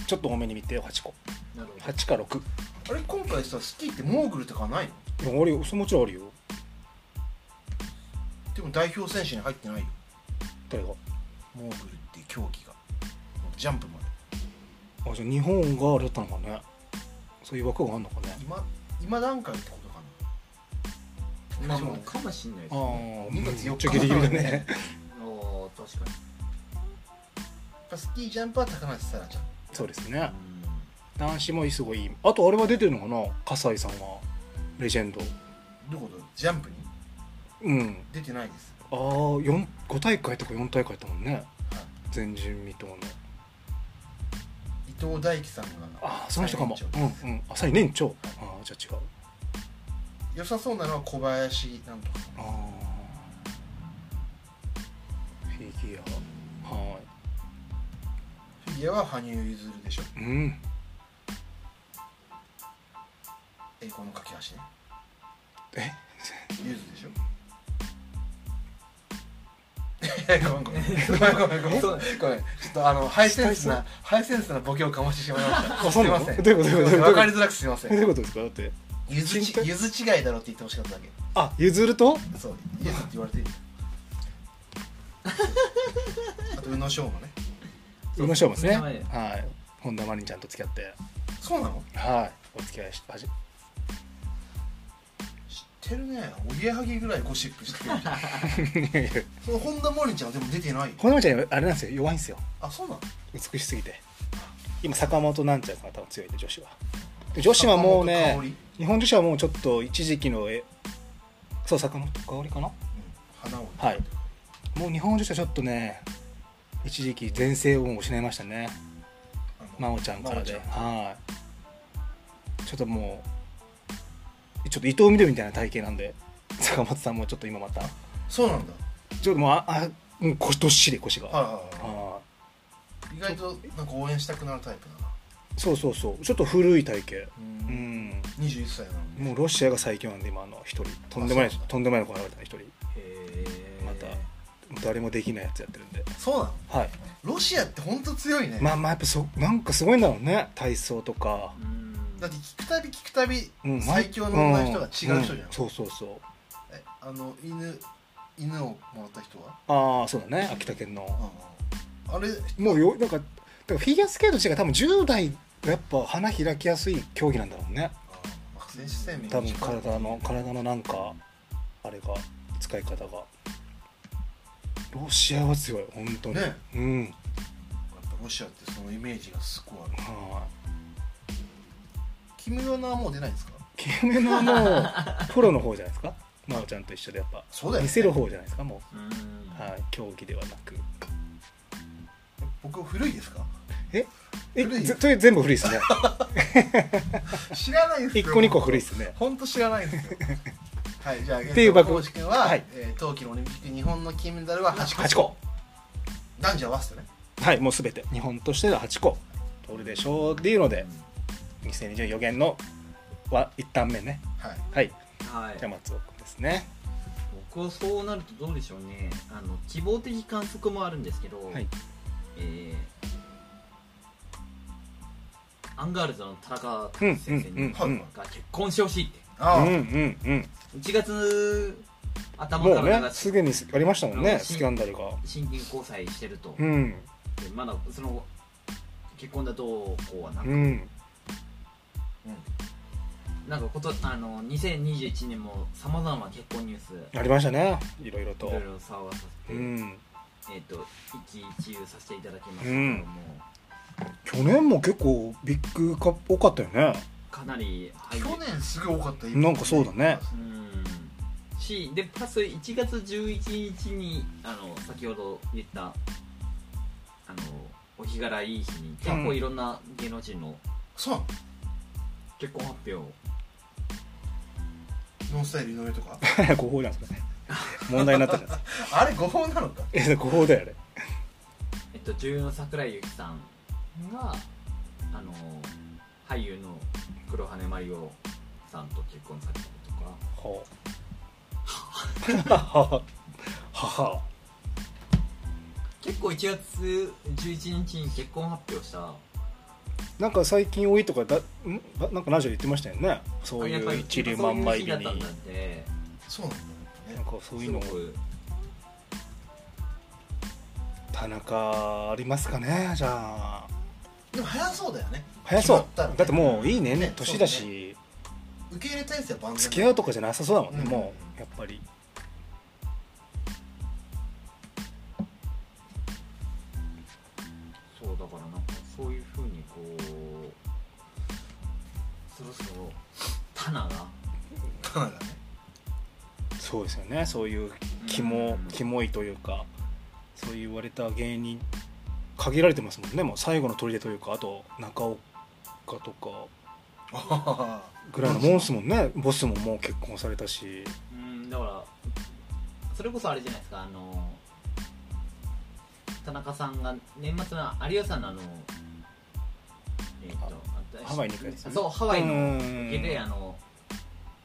ちょっと多めに見てよ8個
なるほど
8か6
あれ今回さスキーってモーグルとかないの
いやあるよそれもちろんあるよ
でも代表選手に入ってないよ
誰が
モーグルっていう競技がジャンプまで
あじゃあ日本があれだったのかねそういう枠があるのかね
今今段階ってことか
ま
な
あまあかもしんないです
ああ
ね
め
二
っ
月
ち
四
ゃ
日
ギリギリだね
おー確かに
やっぱスキージャンプは高梨沙羅ちゃん
そうですね
うん
男子もすごいいいあとあれは出てるのかな笠井さんはレジェンド
どういうことジャンプに
うん
出てないです
ああ5大会とか4大会だもんね
はい
前人未到の
伊藤大樹さんが
ああその人かも
最年
うんうんあ最年長ああじゃあ違う
長良さそうなのは小林なんとかさん
ああフィギュアは
フィギュアは羽生結弦でしょ
いうん
栄光の架け橋ね
え
ゆずで しょごめんごめんごめんごめんごめんごめんごめんちょっとあのハイセンスなハイセンスなボケをかましてしまいましたす
そう
い
な
ま
の
せん
どういうことどういうこと
すませんわかりづらくすいませ
えどうんいうことですかだって
ゆずちゆず違いだろって言ってほしかっただけ
あ譲ると
そうゆずって言われてるあと宇野昌磨ね
宇野昌磨ですね
そうですね
はい本田真凜ちゃんと付き合って
そうなの
はいお付き合いし始
知ってるねおぎやはぎぐらいゴシップしてるじゃん
めいやいや
その本田真凜ちゃんはでも出てないよ
本田真凜ちゃんあれなんですよ弱いんですよ
あそうなの
美しすぎて今坂本なんちゃらさんが多分強いんで女子はで女子はも
坂本
うね
香織
日本女子はもうちょっと一時期のえそう坂本香織かな
花を
はいもう日本女子はちょっとね一時期全盛を失いましたね
あの
真央ちゃんからで
真央ち
はいちょっともうちょっと伊藤みどりみたいな体型なんで 坂本さんもちょっと今また
そうなんだ
ちょっともうああうん腰どっしり腰が、
はいはいは
はい
意外となんか応援したくなるタイプだない
そうそうそうちょっと古い体型
う
うんん
21歳なのに
もうロシアが最強なんで今あの一人とんでもない
あそうなんだ
とんでもないの来られた一人
え
また誰もできないやつやってるんで
そうなの
はい
ロシアって本当強いね
まあまあやっぱそなんかすごいんだろうね体操とか、
うん
だって聞くたび聞くたび
うん
最強の女の人が違う人じゃん
うそうそうそう
えあの犬犬をもらった人は
ああそうだね秋田県の
あれ
もうよなんかだからフィギュアスケート自体が多分10代がやっぱ花開きやすい競技なんだろうね
選手生命
多分体の体のなんかあれが使い方がロシアは強い本当に、
ね
うん
ロシアってそのイメージがすごいある
はい
キム・ヨナはもう出ないんですか
キムのもうプロの方じゃないですか真央ちゃんと一緒でやっぱ
そうだよね
見せる方じゃないですかも
うん
う、はい、競技ではなく
僕古いですか
え
古い
ぜとりあえず全部古いっす ね
知らないです
一個二個古いっすね
本当知らない ですよはいじゃあ
ていう
えっと
爆
浩司君は、
はい
えー冬季のオリンピック日本の金メダルは8個
8個
男女合わせてね
はいもう全て日本としては8個取るでしょうっていうので2020予言のは一旦目ね
はい
はい
はい
じゃあ松尾君ですね
僕はそうなるとどうでしょうねあの希望的観測もあるんですけど、
はい
えーアンガールズの田中先生に、
うんうん
うんうん
が結婚してほしいって
ああ、
うんうんうん
1月頭
も
か
う
ら
ね
流し
すでにありましたもん
う
ね
ん
スキャンダルが
真剣交際してると、
うん
でまだその結婚だどうこうはな,、
うん
なんかことあの2021年もさまざまな結婚ニュース
ありましたねいろいろ
い
と
ろいろ騒がさせ
う
て、
ん
えっ、と一喜一憂させていただきましたけども、
去年も結構ビッグカップ多かったよね
かなりハイ
去年すごい多かった
なんかそうだね
うんしでプラス1月11日にあの先ほど言ったあのお日柄いい日に結構いろんな芸能人の
そうな
結婚発表を、
のノンスタイル井上とか
誤報なんですかね問題になったじゃない
あれ誤報なのか
ですか え誤報だよね
えっと、女優の桜井由紀さんがあの俳優の黒羽麻里央さんと結婚されたりとか
はあはあは
結構1月11日に結婚発表した
あなんか最近多いとかだんななんかラジオで言ってましたよねそう
やっ
い
ぱ
う
り
一粒万倍日に
そ
な
ういうだっ
ん
たんで
そうなんだね
かそうい
す
うの
ご
を
く
田中ありますかねじゃあ
でも早そうだよね
早そう
決まったらね
だってもういいね
ね
年だし
受け入れ体制は万全
付き合うとかじゃなさそうだもんね、
うん
もうやっぱり
そうだからなんかそういうふうにこうそろそろタナが
カナダね
そうですよねそういうキ
う
モ
ん
キモいというかそう言われた芸人限られてますもんねもう最後の砦というかあと中岡とか
あ
ぐらいのもんすもんねボスももう結婚されたし
うんだからそれこそあれじゃないですかあの田中さんが年末の有吉さんのあのえっ、とあ
ハワイに行くやつね
そうハワイの
うん
ゲであの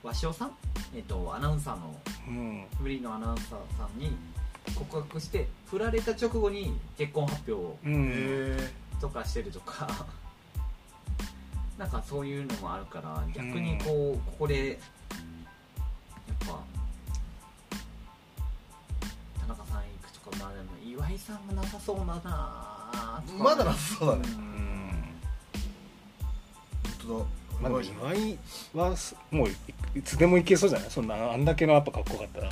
鷲尾さんえっ、とアナウンサーの
うん
フリーのアナウンサーさんに告白して振られた直後に結婚発表を
う
あへ
ん
え
とかしてるとか なんかそういうのもあるから逆にこう、ここでやっぱ田中さん行くとかまあでも岩井さんがなさそうだなあとか
まだなさそうだね
うん
本当
ま
だ
あ、
う
でも
まいね
岩井はすもういいつでもいけそうじゃないそんなあんだけのやっぱかっこよかったら
う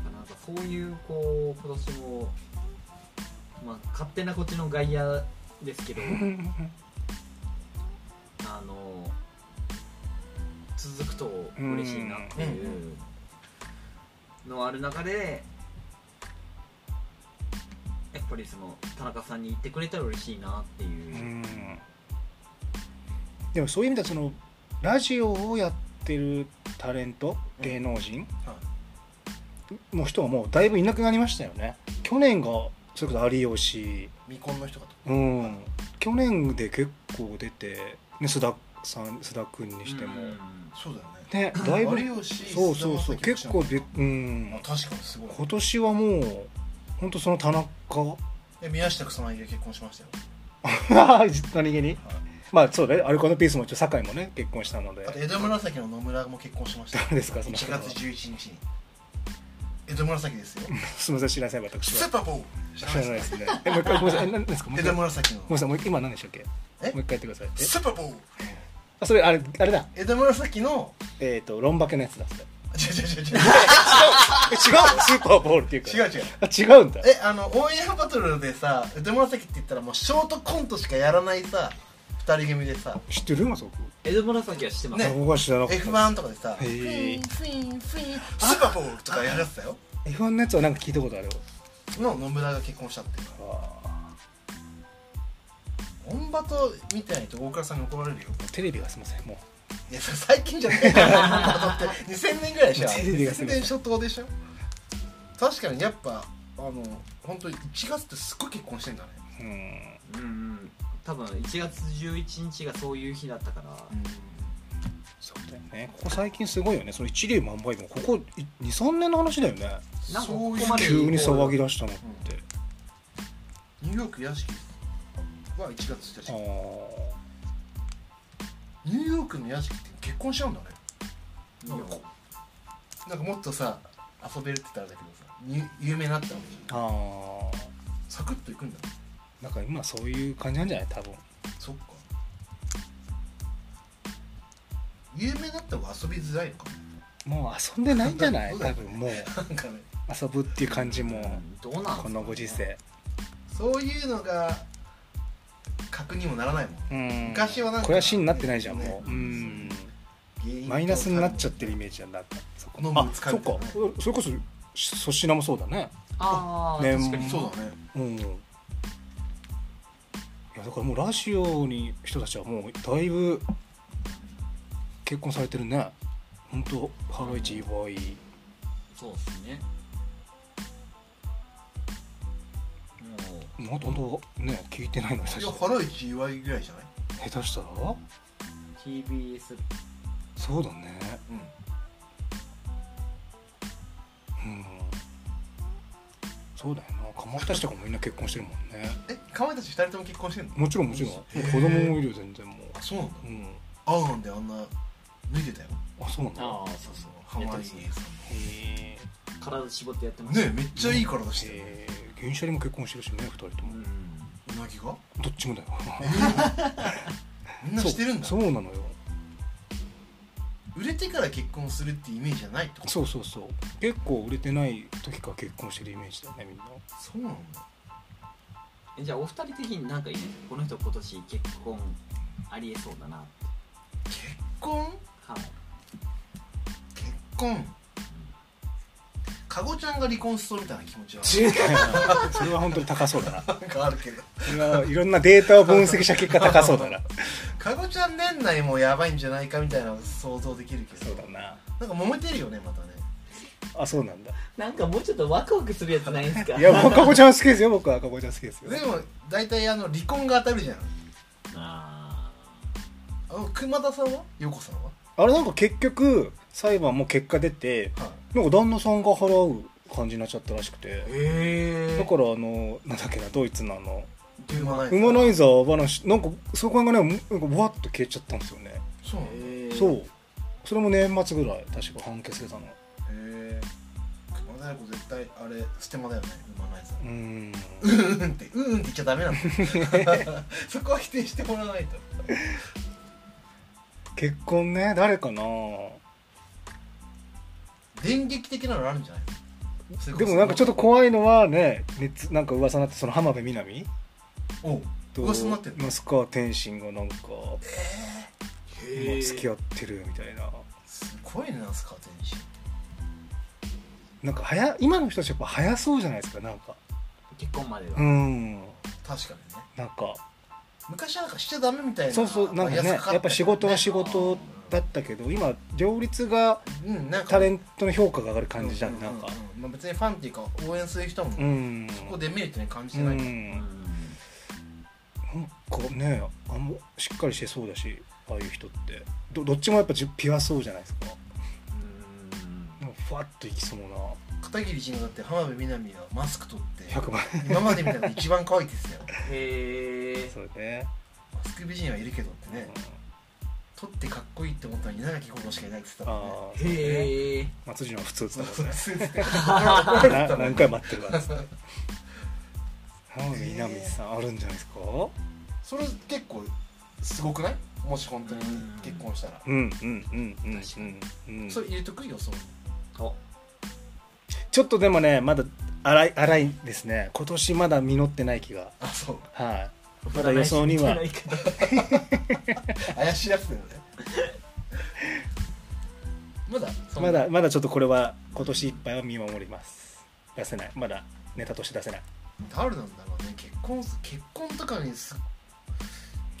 んなんかなんかそういうこう今年もまあ勝手なこっちの外野ですけどあの続くくと嬉しいなっていうのある中でやっぱりその田中さんに言ってくれたら嬉しいなっていう、
うんでもそういう意味ではそのラジオをやってるタレント
うん
芸能人
は
の人はもうだいぶいなくなりましたよね去年がそれこそ有吉
未婚の人かと
うん去年で結構出て、ね、須田さん須田君にしても、
うん
そうだよね
ねだいぶ
有吉
そうそうそう
菅田将暉
結構びうん
あ確かにすごい
今年はもう本当その田中
え宮下草薙が結婚しましたよ
何気に
はい
まあそうだねアルコのピースも一応酒井もね結婚したので
あと江戸紫の野村も結婚しました
誰ですかそ
1
の人は
月11日に江戸紫 ですよ
すみません知らない私
スー
は
パーボー
知
ル
らないですねえもう一回ごめんなさいえ何ですかもう
江
一回
戸
ごめん
紫の
なさいもう一回今何でしたっけ
え
もう一回言ってくださいえ
スーパーボール
あそれあれあれだ
江戸紫の
えっとロンバケのやつだそれ
違う違う違
え違うスーパーボールっていうか
う違う違う違う
あ違うんだ
えあのオンエアバトルでさ江戸紫って言ったらもうショートコントしかやらないさ二人組でさ
知ってる今そこ
江戸紫は知ってます、
ね
僕は知らなかった
F1 とかでさフ
へー
ィンフィンフィンスーパーボールとかやらせたよ
F1 のやつはなんか聞いたことあるよ
の野村が結婚したっていう
あ
オンバトみたいにと大倉さんに怒られるよ
ーテレビがすみませんもう
いやそれ最近じゃねえから本当って2000年ぐらいでしょ
テレビがすごい
2000年初頭でしょ確かにやっぱあの本当に1月ってすっごい結婚してんだね
うん
うんうん、多分1月11日がそういう日だったから、
そうだよねここ最近すごいよねその一粒万倍もここ23年の話だよね
なんか
そういう
ここまで
急に騒ぎ出したのって
ニューヨーク屋敷は1月
あ
1日
ー
ニューヨークの屋敷って結婚しちゃうんだね
なんか
なんかもっとさ遊べるって言ったらだけどさに有名になったわけじゃん
あ
サクッといくんだね
ーなんか今そういう感じなんじゃない多分
そっか有名だった方が遊びづらいのか
もう遊んでないんじゃない
そうだ
多
よ
分もう
ななんかね
遊ぶっていう感じも
どうなんですかね
このご時世
そういうのが格にもならないもん
うん
昔はなんか
これは死になってないじゃん
ね
もううん
原因と
マイナスになっちゃってるイメージなんだそこ
飲む
あ
疲
そ
れ
ってか
るね
それこそ粗品もそうだね
ああ、
ね
確かに
そうだね
うんいやだからもうラジオに人たちはもうだいぶ結婚されてるね本当ハライチ祝い
そうですねもう
もう本当ね聞いてないの
い
最
や
初
ハライチ祝いぐらいじゃない
下手したら
TBS
そうだね
うん
うんそうだよなかまいたちとかもみんな結婚してるもんね
えかまいたち2人とも結婚してんの
もちろんもちろんもう子供もいるよ全然もう
あそうなんだ
うん
あーなんであんな脱いでたよ
あそうなんだ
ああそうそう
ハマリーさん
やって
へ
ます体絞ってやってま
も
した
ねめっちゃいい体してる
え銀シャリも結婚してるしね二人と
う
も
ん
うなぎが
どっちもだよ
みんなしてるんだ
そうそうなのよ
売れてから結婚するってイメージじゃないってこと
そうそうそう結構売れてない時から結婚してるイメージだよねみん な
そうなんだ
えじゃあお二人的になんかいないですかこの人今年結婚ありえそうだなって
結婚
はい
結婚かごちゃんが離婚しそうみたいな気持ちは
違うなそれは本当に高そうだな
なんかあるけど
それはいろんなデータを分析した結果高そうだな
かごちゃん年内もやばいんじゃないかみたいなの想像できるけど
そうだな
なんか揉めてるよねまたね
あそうなんだ
なんかもうちょっとワクワクするやつないんですか
いやもうかぼちゃん好きですよ僕はかぼちゃん好きですよ
でも大体あの離婚が当たるじゃん
あ
あの熊田さんは陽子さんは
あれなんか結局裁判も結果出て
はい
なんか旦那さんが払う感じになっちゃったらしくて
え
だからあのなんだっけなドイツのあの
ウマナイ
ウマナイザー話なんかそこがねなんかわっと消えちゃったんですよね
そうなんだへ
え
そうそれも年末ぐらい確か判決出たの
え熊田陽子絶対あれステマだよねウマナイザ
うーん
ーうんうんってうんうんって言っちゃダメなのそこは否定してもらわないと
結婚ね誰かな
電撃的なのあるんじゃない
でもなんかちょっ
と
と怖いのはね熱なんか噂になってその浜辺美波
おう
と
噂になってんの
那須川天心がなんか、まあ
へー
付き合ってるみたいな
すごいね那須川天心
なんか早今の人たちやっぱ早そうじゃないですかなんか
結婚までは、
うん
確かにね
なんか
昔なんかしちゃダメみたいな
そうそうなんかね
バイアスかか
やっぱ仕事は仕事だったけど今両立が
うんなんか
タレントの評価が上がる感じじゃ
うんう
なんか
うんまあ、別にファンっていうか応援する人も
うん
そこデメリットに感じ
う
てない、
ん
うん
なんかねあんましっかりしてそうだしああいう人ってどどっちもやっぱじピュアそうじゃないですかなんかふわっといきそうな
片桐仁だって浜辺美波がマスク取って
100倍
今まで見たら一番可愛いですよ
へえ
そうね、
マスク美人はいるけどって
うん
ね、取ってかっこいいって思ったのに稲垣吾郎しかいないって言ってたもんね
ああ
へえ
松潤は普通っつ
そ
っ
う
たも
そ
ん
う
ね
そうそう
な何回待って るからですね浜辺美波さんあるんじゃないですか
それ結構すごくないもし本当に結婚したら、
うんうんうんうん
確か
うんうん
それ入れとくよそう
お
ちょっとでもねまだ荒い荒いですね今年まだ実ってない気が
あそう
はいまだ予想には
占い師みたいな言い方
怪しいやつだよねまだそんな
まだまだちょっとこれは今年いっぱいは見守ります出せないまだネタとして出せない
誰なんだろうね結婚す結婚とかにす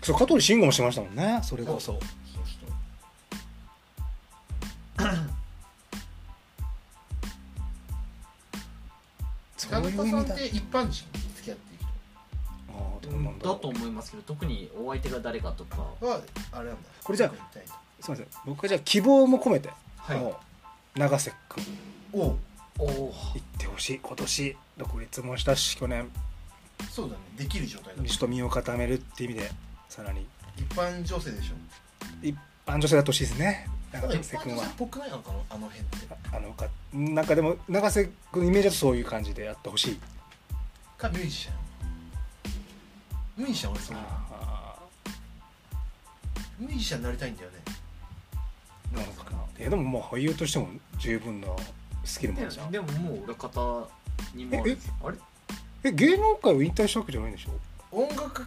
そう香取慎吾もしましたもんねそれこそ
そう人田中さんっ
そういう意味だ
て一般人付き合っている
ああどうなんだ
だ
ろ
と
う
思いますけど特にお相手が誰かとか
人はあれなんだ
これじゃあ
結婚みたいな
すいません僕はじゃあ希望も込めて、
はい
もう永瀬君
おう
おお
行ってほしい今年独立もしたし去年
そうだねできる状態だ、ね、
ちょっと身を固めるっていう意味でさらに
一般女性でしょ
一般女性だとしいですね
なん
永
か一
瀬
般
君
女
は
性っぽくないのかなあの辺って
あのかなんかでも永瀬君のイメージだとそういう感じでやってほしい
かミュージシャンミュージシャン俺そうだな
あ
ミュージシャンになりたいんだよね
あなるほどないやでももう俳優としても十分なスキルもあるじゃん
でももう裏方にもあ
え
るあれ
え芸能界を引退したわけじゃないんでしょ
音楽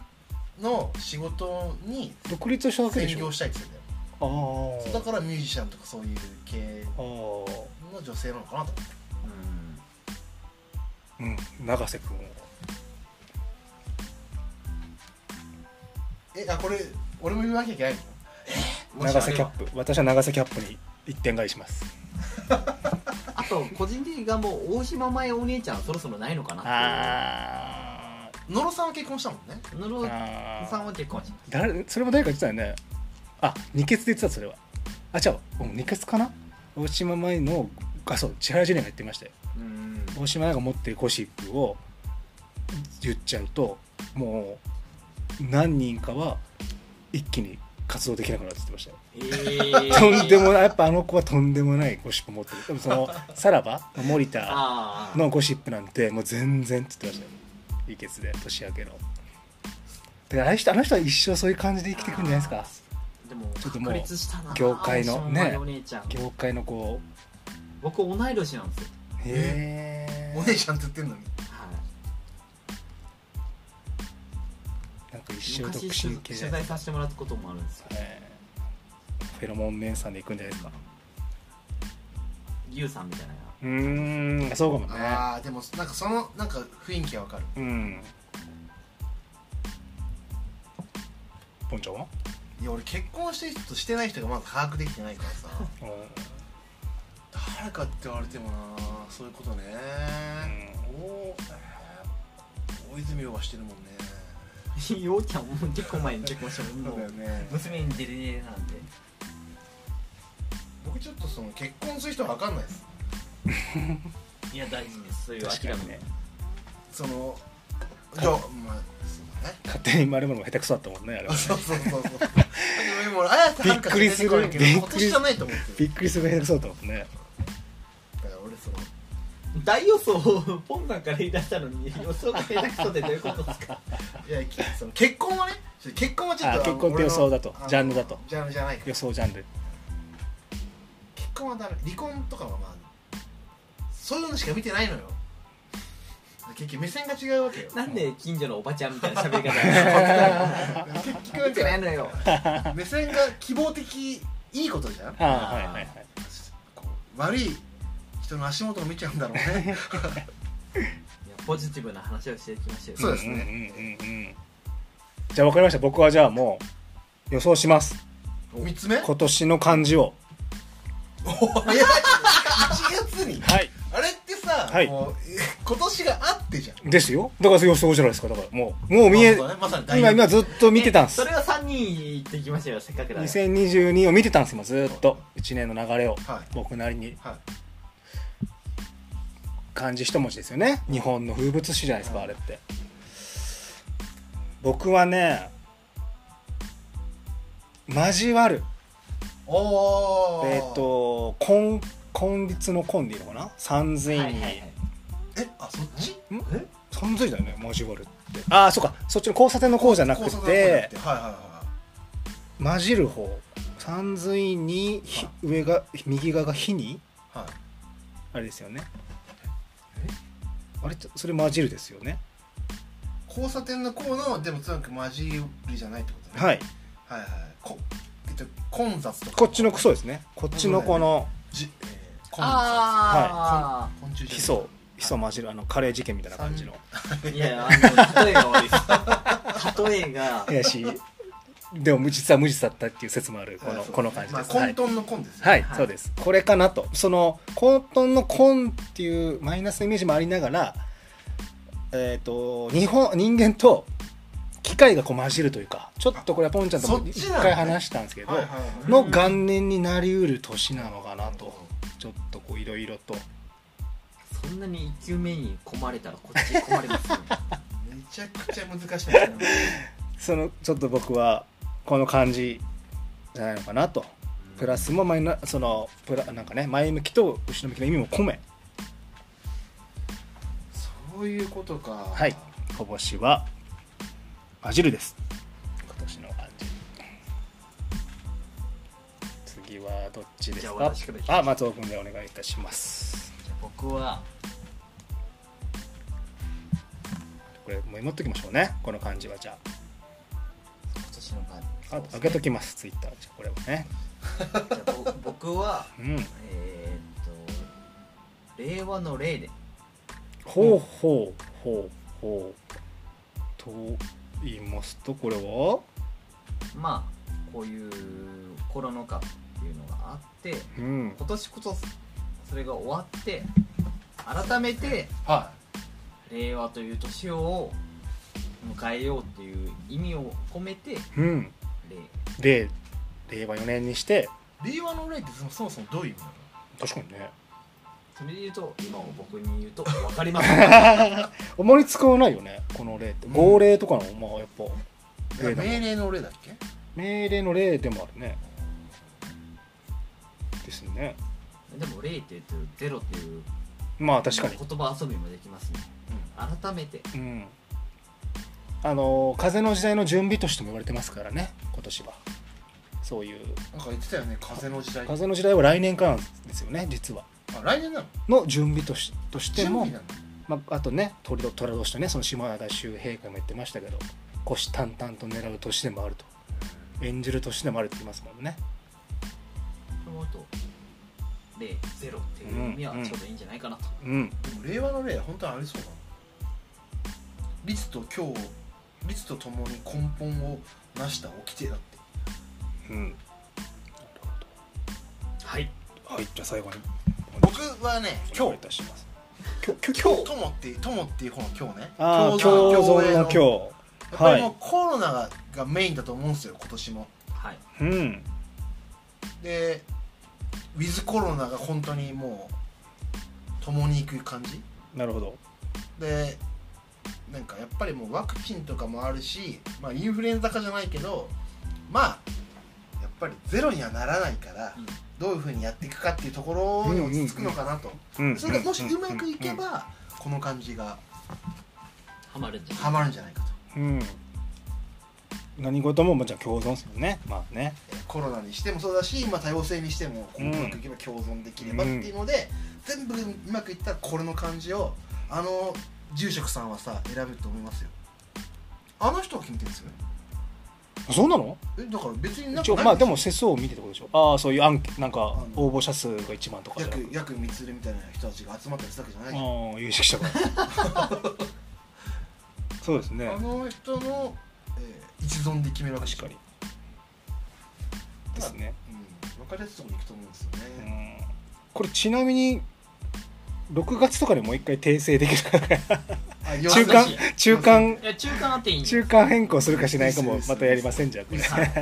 の仕事に
独立したわけでし
専
ょ
業したいって言ってたよ
あー
そうだからミュージシャンとかそういう系
あー
の女性なのかなと思って
うん
うん永瀬君を
えあこれ俺も言わなきゃいけないの
長瀬キャップ私は長瀬キャップに一点買いします
あと個人的にがもう大島前お姉ちゃんそろそろないのかなっ
あ
野呂さんは結婚したもんね
ていう野
ー
呂
あ
さん
ー
は結婚しま
誰それも誰か言ってたよねあ二血で言ってたそれはあ違ううん二血かな大島舞のあそう千原ジュニアが言ってましたよ
すうん
大島愛が持ってるゴシップを言っちゃうともう何人かは一気に活動できなくなるって言ってましたよ、
えー
とんでもないやっぱあの子はとんでもないゴシップ持ってるでもそのさらば森田
ああ
のゴシップなんてもう全然って言ってましたよいけつで年明けのであの人あの人は一生そういう感じで生きてくるんじゃないですか
でも
ちょっともう
確立したな
業界のね
大島前お姉ちゃん
業界のこ
僕同い年なんですよ
うへえ
お姉ちゃんって言ってんのに
はい
なんか一生独
昔
身系
取
じゃ
取
ない
材させてもらったこともあるんですよ
フェロモン姉さんで行くんじゃないですか
ゆうさんみたいな
うーんそうかもね
ああでもなんかそのなんか雰囲気はわかる
うんポンちゃんはい
や俺結婚してる人としてない人がまだ把握できてないからさ誰かって言われてもなそういうことね、おおーえー大泉洋はしてるもんね
ようちゃんも結構前に結婚しても
そうだよね
娘に出れねえなんて
僕ちょっとその結婚する人は分かんないです
いや大事ですそういう
確
諦
か
め
にね
そのじゃあまあそうだね
勝手に丸々も下手くそだったもんねあれはね
そうそうそうそうでも俺綾瀬はるかしか出てこないけど
びっ
今
くりす
年
る
じゃないと思って
びっ
る
くりするぐらい下手くそだったもんね
だから俺その
大予想をポンなんから言い出したのに予想が下手くそでどういうことですか
いやきその結婚はねちょっと結婚はちょっと
あ
あの
結婚って予想だと
俺の
ジャンルだと
ジャンルじゃないから
予想ジャンル
結婚はダメ離婚とかはまあそういうのしか見てないのよ結局目線が違うわけよ
なんで近所のおばちゃんみたいな喋り方
結局
見て
な
ない
ん
のよ
か目線が希望的いいことじゃん
ああはいはいはい
こう悪い人の足元を見ちゃうんだろうね
いやポジティブな話をしていきましょう
そうですね
うんうんうんうんじゃあ分かりました僕はじゃあもう予想します
三つ目
今年の漢字を
いや1月に
はい
あれってさ、
はい
もうえ今年があってじゃん
ですよだから予想じゃないですかだからもうもう見え
まあそうだねまさに大
今今ずっと見てたんです
それは3人行ってきましょうよせっかくだから
2022を見てたんです今ずーっと1年の流れを
はい
僕なりに
は
漢字一文字ですよね日本の風物詩じゃないですかあれって僕はね交わる
いおー
えっ、と今今月の今でいいのかな三髄に、
はいはいはい
えあそっち
三髄だよね交わるってああそうかそっちの交差点の方じゃなく
交差点の方じ
て
ゃなくはいはいは
混じる方三髄にひ
は
上が右側が火に
いはい
あれですよねあれちょそれ混じるですよね
交差点のこうのでもつなく混じりじゃないってことね
はい
はいはいこえっと混雑とか
こっちのそうですねこっちのこの
じ、えー、混雑
あ
昆虫じゃない
ヒ 素ヒ素混じるあのカレー事件みたいな感じの
あいやいやあの例えが悪いです例えが
怪しいでも実は無実だったっていう説もあるこ
は
の
いそう
この感じ
ま
で
あ
す、はい
混沌の混ですね
はい、
はい
そうですこれかなとその混沌の混っていうマイナスのイメージもありながらえっ、と日本人間と機械がこう混じるというかちょっとこれはポンちゃんと
あそ
も
っち
一
なのね
回話したんですけど、
はいはいはい
の元年になりうる年なのかなとちょっとこういろいろと
そんなに1球目に込まれたらこっちに込まれますよ
めちゃくちゃ難しいですね
そのちょっと僕はこの感じじゃないのかなとプラスもマイナそのプラなんかね前向きと後ろ向きの意味も込め
そういうことかは
はいこぼしはバジルです今年の漢字次はどっちです
じゃあ
か
私からいきましょう
あ松尾君でお願いいたします
じゃあ僕は
これメモっときましょうねこの漢字はじゃ
今年の感
ああ開けときますツイッターじゃあこれはね
じゃあぼ僕は
うん
えーっと令和の令で
ほうほうほうほうと言いますとこれは
まあこういうコロナ禍っていうのがあって
うん
今年こそそれが終わって改めて
い
令和という年を迎えようっていう意味を込めて
うん
令
で令和4年にして
令和の例ってそもそもそもどういう意味なの
確か にね
それで言うと今を僕に言うと分かります
あまり使わないよねこの例って
うん
号令とかのまあやっぱ
い
例
や
だもん
命令の例だっけ
命令の例でもあるねですね
でも令って言うとゼロっていう
まあ確かに
言葉遊びもできますね、改めて
うんあの風の時代の準備としても言われてますからね今年はそういう
なんか言ってたよね風の時代
風の時代は来年からなんですよね実は
あ来年なの
の準備としとして
準
も
備なの
まあ、あとね鳥と虎年とねその島田秀平会も言ってましたけど虎視眈々と狙う年でもあると演じる年でもあるって言いますもんね
思うと令ゼロっていう意味はちょうどいいんじゃないかなと、
うん
でも令和の例本当にありそうなの律と今日律と共に根本を成した掟だって
うん
はい
はいじゃあ最後に
僕はね
お
今
願い
日
いたします
今日友って友っていう方の今日ね
あ
共
あ
存
共存の
共栄
今
やっぱりもうコロナががメインだと思うんですよ今年も
はい
日うん
でウィズコロナが本当にもう共に行く感じ
なるほど
でなんかやっぱりもうワクチンとかもあるし、まあ、インフルエンザ化じゃないけどまあやっぱりゼロにはならないから、
うん
どういうふうにやっていくかっていうところに落ち着くのかなと、
うん
それがもし
ん
うまくいけば、この感じが
ハマるんじゃない
ハマるんじゃないかと
うん何事もまあじゃあ共存ですよねまあね
コロナにしてもそうだし、まあ、多様性にしてもこう
うん
うまくいけば共存できればっていうので、全部うまくいったらこれの感じをあの住職さんはさ選ぶと思いますよあの人が決めてるんですよね
あそうなの
えだから別になん
一
か
応
ない
まあでも世相を見てってことでしょああそういうアンケなんか
の
応募者数が1万とかじゃなく
約約三つるみたいな人たちが集まったりしたわけじゃないじゃん
ああ有識者がそうですね
あの人の、えー一存で決めるわけでしょ
確かにですね
うん、分かりやすいところに行くと思うんですよ
う
ね、
んこれちなみに6月とかにもう一回訂正できるか
あ
ら中間中間
いや中間あっていいんだよ
中間変更するかしないかもまたやりませんじゃんこれ
はい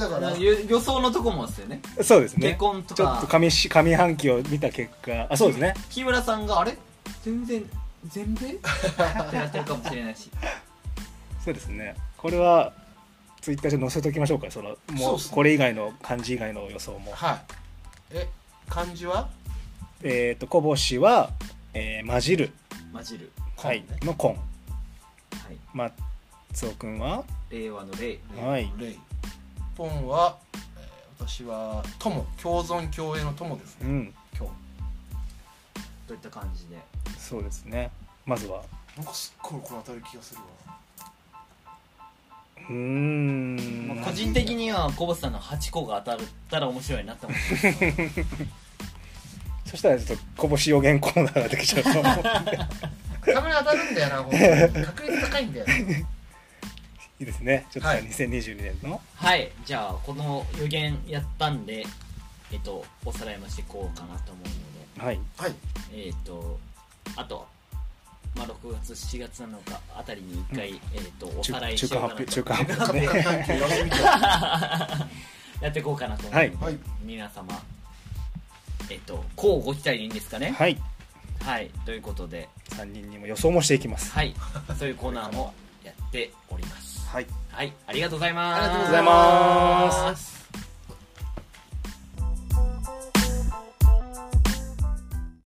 だから
予予想のとこもですよね
そうです
結
ね
婚と
ちょっと
か
上し上半期を見た結果あそうですね
木村さんがあれ全然全米 ってなってるかもしれないし
そうですねこれはツイッターで載せときましょうかその
そ
も
う
う
ですね
これ以外の漢字以外の予想も
はいえ漢字は
えっ、と小星は、えー混じる、
混じる
はい、の「コン
はい」
松尾君は
令和の令
はい
レイポンは、えー私は友共存共栄の友です
う
ね
ん
今
といった感じで
そうですねまずは
日なんかすっごいこれ当たる気がするわ
うーん
まあ個人的には小渕さんの8個が当たったら面白いなって思って
そしたらちょっとこぼし予言コーナーができちゃうと思う
たまに当たるんだよなほんとに確率高いんだよな
いいですねちょっと
はい
2022年の
はいじゃあこの予言やったんでえっとおさらいもしていこうかなと思うの
はい
はい
でえっとあとまあ6月7月なのかあたりに1回、えっとお
中
さらい
中
しよ
間
うかなと
発表中間発表
中間
ね
半径やってみて
やっていこうかなと思うので、
はい
はい
皆様えっとこうご期待でいいんですかね
はい
はいということで
3人にも予想もしていきま す
はいそういうコーナーもやっております
はい
はいありがとうございます
ありがとう
ございます